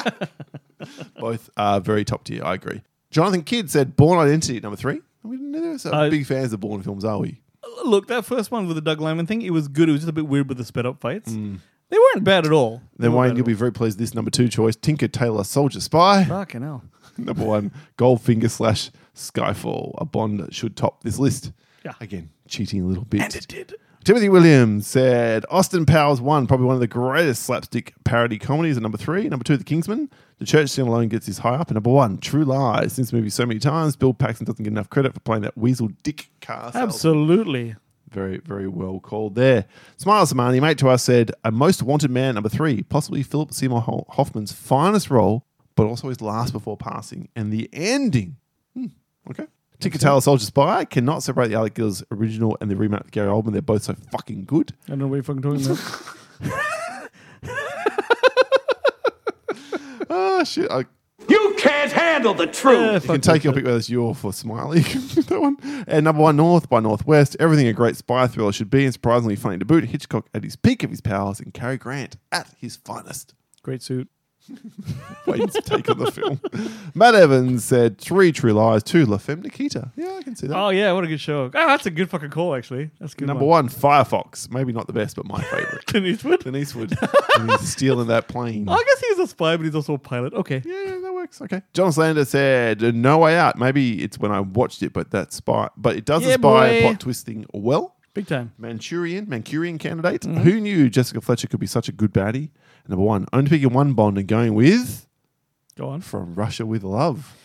S2: Both are very top tier. I agree. Jonathan Kidd said Born Identity. Number three. We neither so
S1: Uh,
S2: big fans of Born films, are we?
S1: Look, that first one with the Doug Lyman thing, it was good. It was just a bit weird with the sped up fights. They weren't bad at all.
S2: Then
S1: Mm. They weren't
S2: Wayne, you'll be very pleased. with This number two choice, Tinker Tailor Soldier
S1: bad
S2: Spy.
S1: at all. Fucking hell.
S2: Number one, Goldfinger slash Skyfall. A Bond that should top this list.
S1: Yeah.
S2: Again, cheating a little bit. And it did. Timothy Williams said Austin Powers one, probably one of the greatest slapstick parody comedies. At number three, number two, The Kingsman. The Church Scene alone gets this high up. And number one, True Lies. Since the movie so many times, Bill Paxton doesn't get enough credit for playing that weasel dick car. salesman.
S1: Absolutely.
S2: Very, very well called there. Smile Samani, mate to us, said a most wanted man, number three, possibly Philip Seymour Ho- Hoffman's finest role, but also his last before passing, and the ending. Hmm, okay. Ticket Tailor Soldier Spy cannot separate the Alec Gill's original and the remake with Gary Oldman. They're both so fucking good.
S1: I don't know what you're fucking talking about.
S2: Oh, shit. I
S6: You can't handle the truth.
S1: Yeah,
S2: You can
S1: fuck
S2: take
S1: that
S2: your pick whether it's you or for Smiley. that one. And number one, North by Northwest. Everything a great spy thriller should be, and surprisingly funny to boot. Hitchcock at his peak of his powers, and Cary Grant at his finest.
S1: shit. Great suit.
S2: Wayne's take on the film. Matt Evans said three true lies, two La Femme Nikita. Yeah, I can see that.
S1: Oh, yeah, what a good show. Oh, that's a good fucking call, actually. That's a good.
S2: Number one, Firefox. Maybe not the best, but my favorite.
S1: Clint Eastwood.
S2: Clint Eastwood And he's stealing that plane.
S1: Oh, I guess he's a spy, but he's also a pilot. Okay.
S2: Yeah, yeah, that works. Okay. John Slander said No Way Out. Maybe it's when I watched it, but that spy, but it does
S1: Yeah,
S2: the spy
S1: boy.
S2: plot twisting well.
S1: Big time.
S2: Manchurian, Manchurian candidate.
S1: Mm-hmm.
S2: Who knew Jessica Fletcher could be such a good baddie? And number one, only picking one Bond and going with
S1: Go on.
S2: From Russia with Love.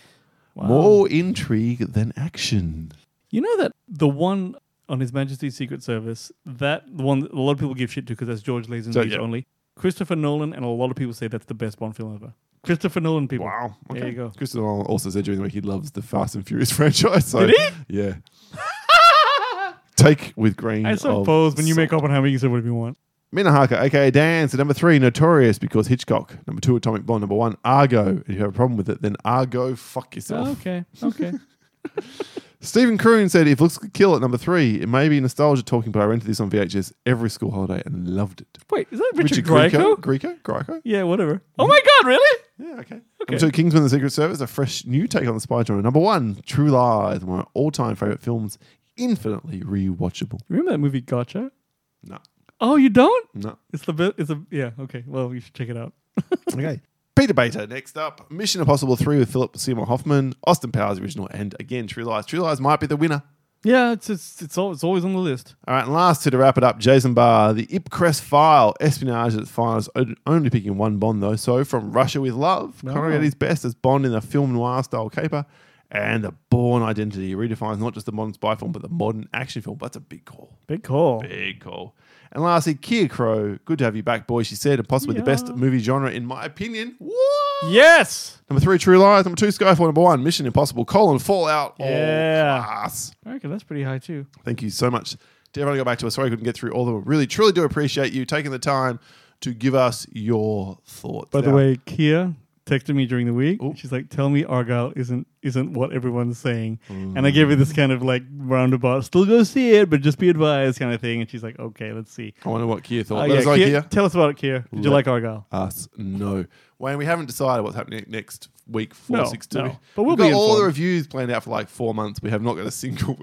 S1: Wow.
S2: More intrigue than action.
S1: You know that the one on His Majesty's Secret Service, that the one that a lot of people give shit to because that's George Lazenby's
S2: yeah.
S1: only. Christopher Nolan and a lot of people say that's the best Bond film ever. Christopher Nolan people.
S2: Wow. Okay.
S1: There you go.
S2: Christopher Nolan also said during the week he loves the Fast and Furious franchise. So,
S1: Did he?
S2: Yeah. Take with green.
S1: I suppose when you make Oppenheimer, you can say whatever you want.
S2: Minahaka, aka Dan, said number three, Notorious because Hitchcock. Number two, Atomic Blonde. Number one, Argo. If you have a problem with it, then Argo, fuck yourself.
S1: Okay, okay.
S2: Stephen Croon said, if looks could kill at number three, it may be nostalgia talking, but I rented this on VHS every school holiday and loved it.
S1: Wait, is that Richard, Greco?
S2: Greco? Greco?
S1: Yeah, whatever. Oh my god, really?
S2: Yeah, okay.
S1: Okay.
S2: Number two, Kingsman: The Secret Service, a fresh new take on the spy genre. Number one, True Lies, one of my all-time favorite films, infinitely rewatchable.
S1: Remember that movie Gotcha?
S2: No,
S1: Oh, you don't?
S2: no.
S1: It's the best. It's a yeah. Okay. Well, you should check it out.
S2: Okay. Peter Beta, next up. Mission Impossible 3 with Philip Seymour Hoffman, Austin Powers original, and again, True Lies. True Lies might be the winner.
S1: Yeah, it's it's it's, al- it's always on the list.
S2: All right, and last two to wrap it up, Jason Barr, the Ipcrest file, espionage at its finest, o- only picking one Bond though. So from Russia with Love, Connery at his best as Bond in a film noir style caper, and the Born Identity redefines not just the modern spy film but the modern action film. That's a big call,
S1: Big call.
S2: big call. And lastly, Kia Crow, good to have you back, boy. She said, and possibly the best
S1: Yeah.
S2: movie genre in my opinion. What?
S1: Yes.
S2: Number three, True Lies. Number two, Skyfall. Number one, Mission Impossible: Colon Fallout. All
S1: Yeah.
S2: class.
S1: Okay, that's pretty high too.
S2: Thank you so much to everyone who got back to us. Sorry I couldn't get through all of them. Really, truly do appreciate you taking the time to give us your thoughts.
S1: By the
S2: Now,
S1: way, Kia texted me during the week. She's like, "Tell me Argyle isn't isn't what everyone's saying." And I gave
S2: Mm.
S1: her this kind of like roundabout, "Still go see it, but just be advised" kind of thing. And she's like, "Okay, let's see."
S2: I wonder what Kia
S1: Oh,
S2: thought. Let us know,
S1: Kia,
S2: Kia.
S1: tell us about it, Kia. Did you
S2: Let-
S1: like Argyle?
S2: Us no, Wayne. We haven't decided what's happening next week for
S1: No,
S2: six two.
S1: no. But we'll
S2: We've got
S1: be
S2: all the
S1: informed.
S2: reviews planned out for like four months. We have not got a single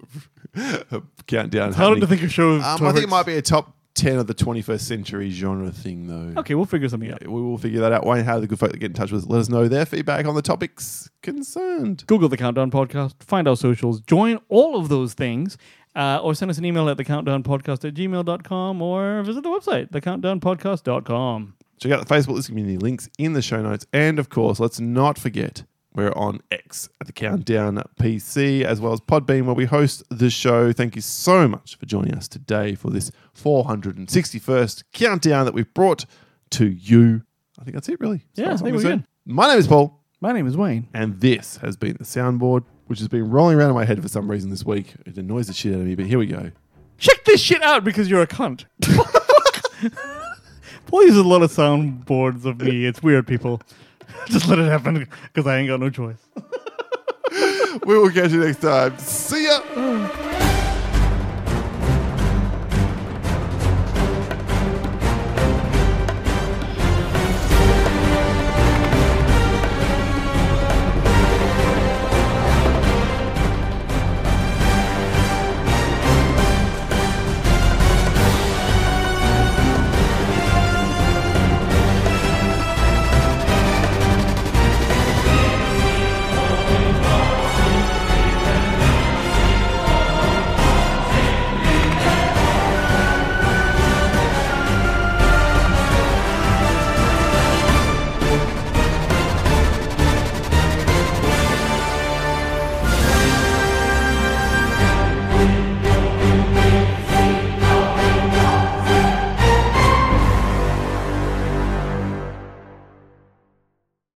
S2: countdown.
S1: How did
S2: happening.
S1: to think of shows?
S2: Um, I think it might be a top ten of the 21st century genre thing, though.
S1: Okay, we'll figure something out.
S2: We will figure that out. Wayne, how do the good folk get in touch with us? Let us know their feedback on the topics concerned.
S1: Google the Countdown Podcast, find our socials, join all of those things, uh, or send us an email at thecountdownpodcast at gmail.com or visit the website, thecountdownpodcast.com.
S2: Check out the Facebook List Community links in the show notes. And of course, let's not forget we're on X at the Countdown PC as well as Podbean, where we host the show. Thank you so much for joining us today for this 461st countdown that we've brought to you. I think that's it, really. As
S1: Yeah,
S2: far as
S1: I think
S2: I'm
S1: we're
S2: concerned. My name is Paul,
S1: My name is Wayne.
S2: and this has been the soundboard, which has been rolling around in my head for some reason this week. It annoys the shit out of me, but here we go.
S1: Check this shit out because you're a cunt. Boy, there's a lot of soundboards of me. It's weird, people. Just let it happen because I ain't got no choice.
S2: we will catch you next time. See ya.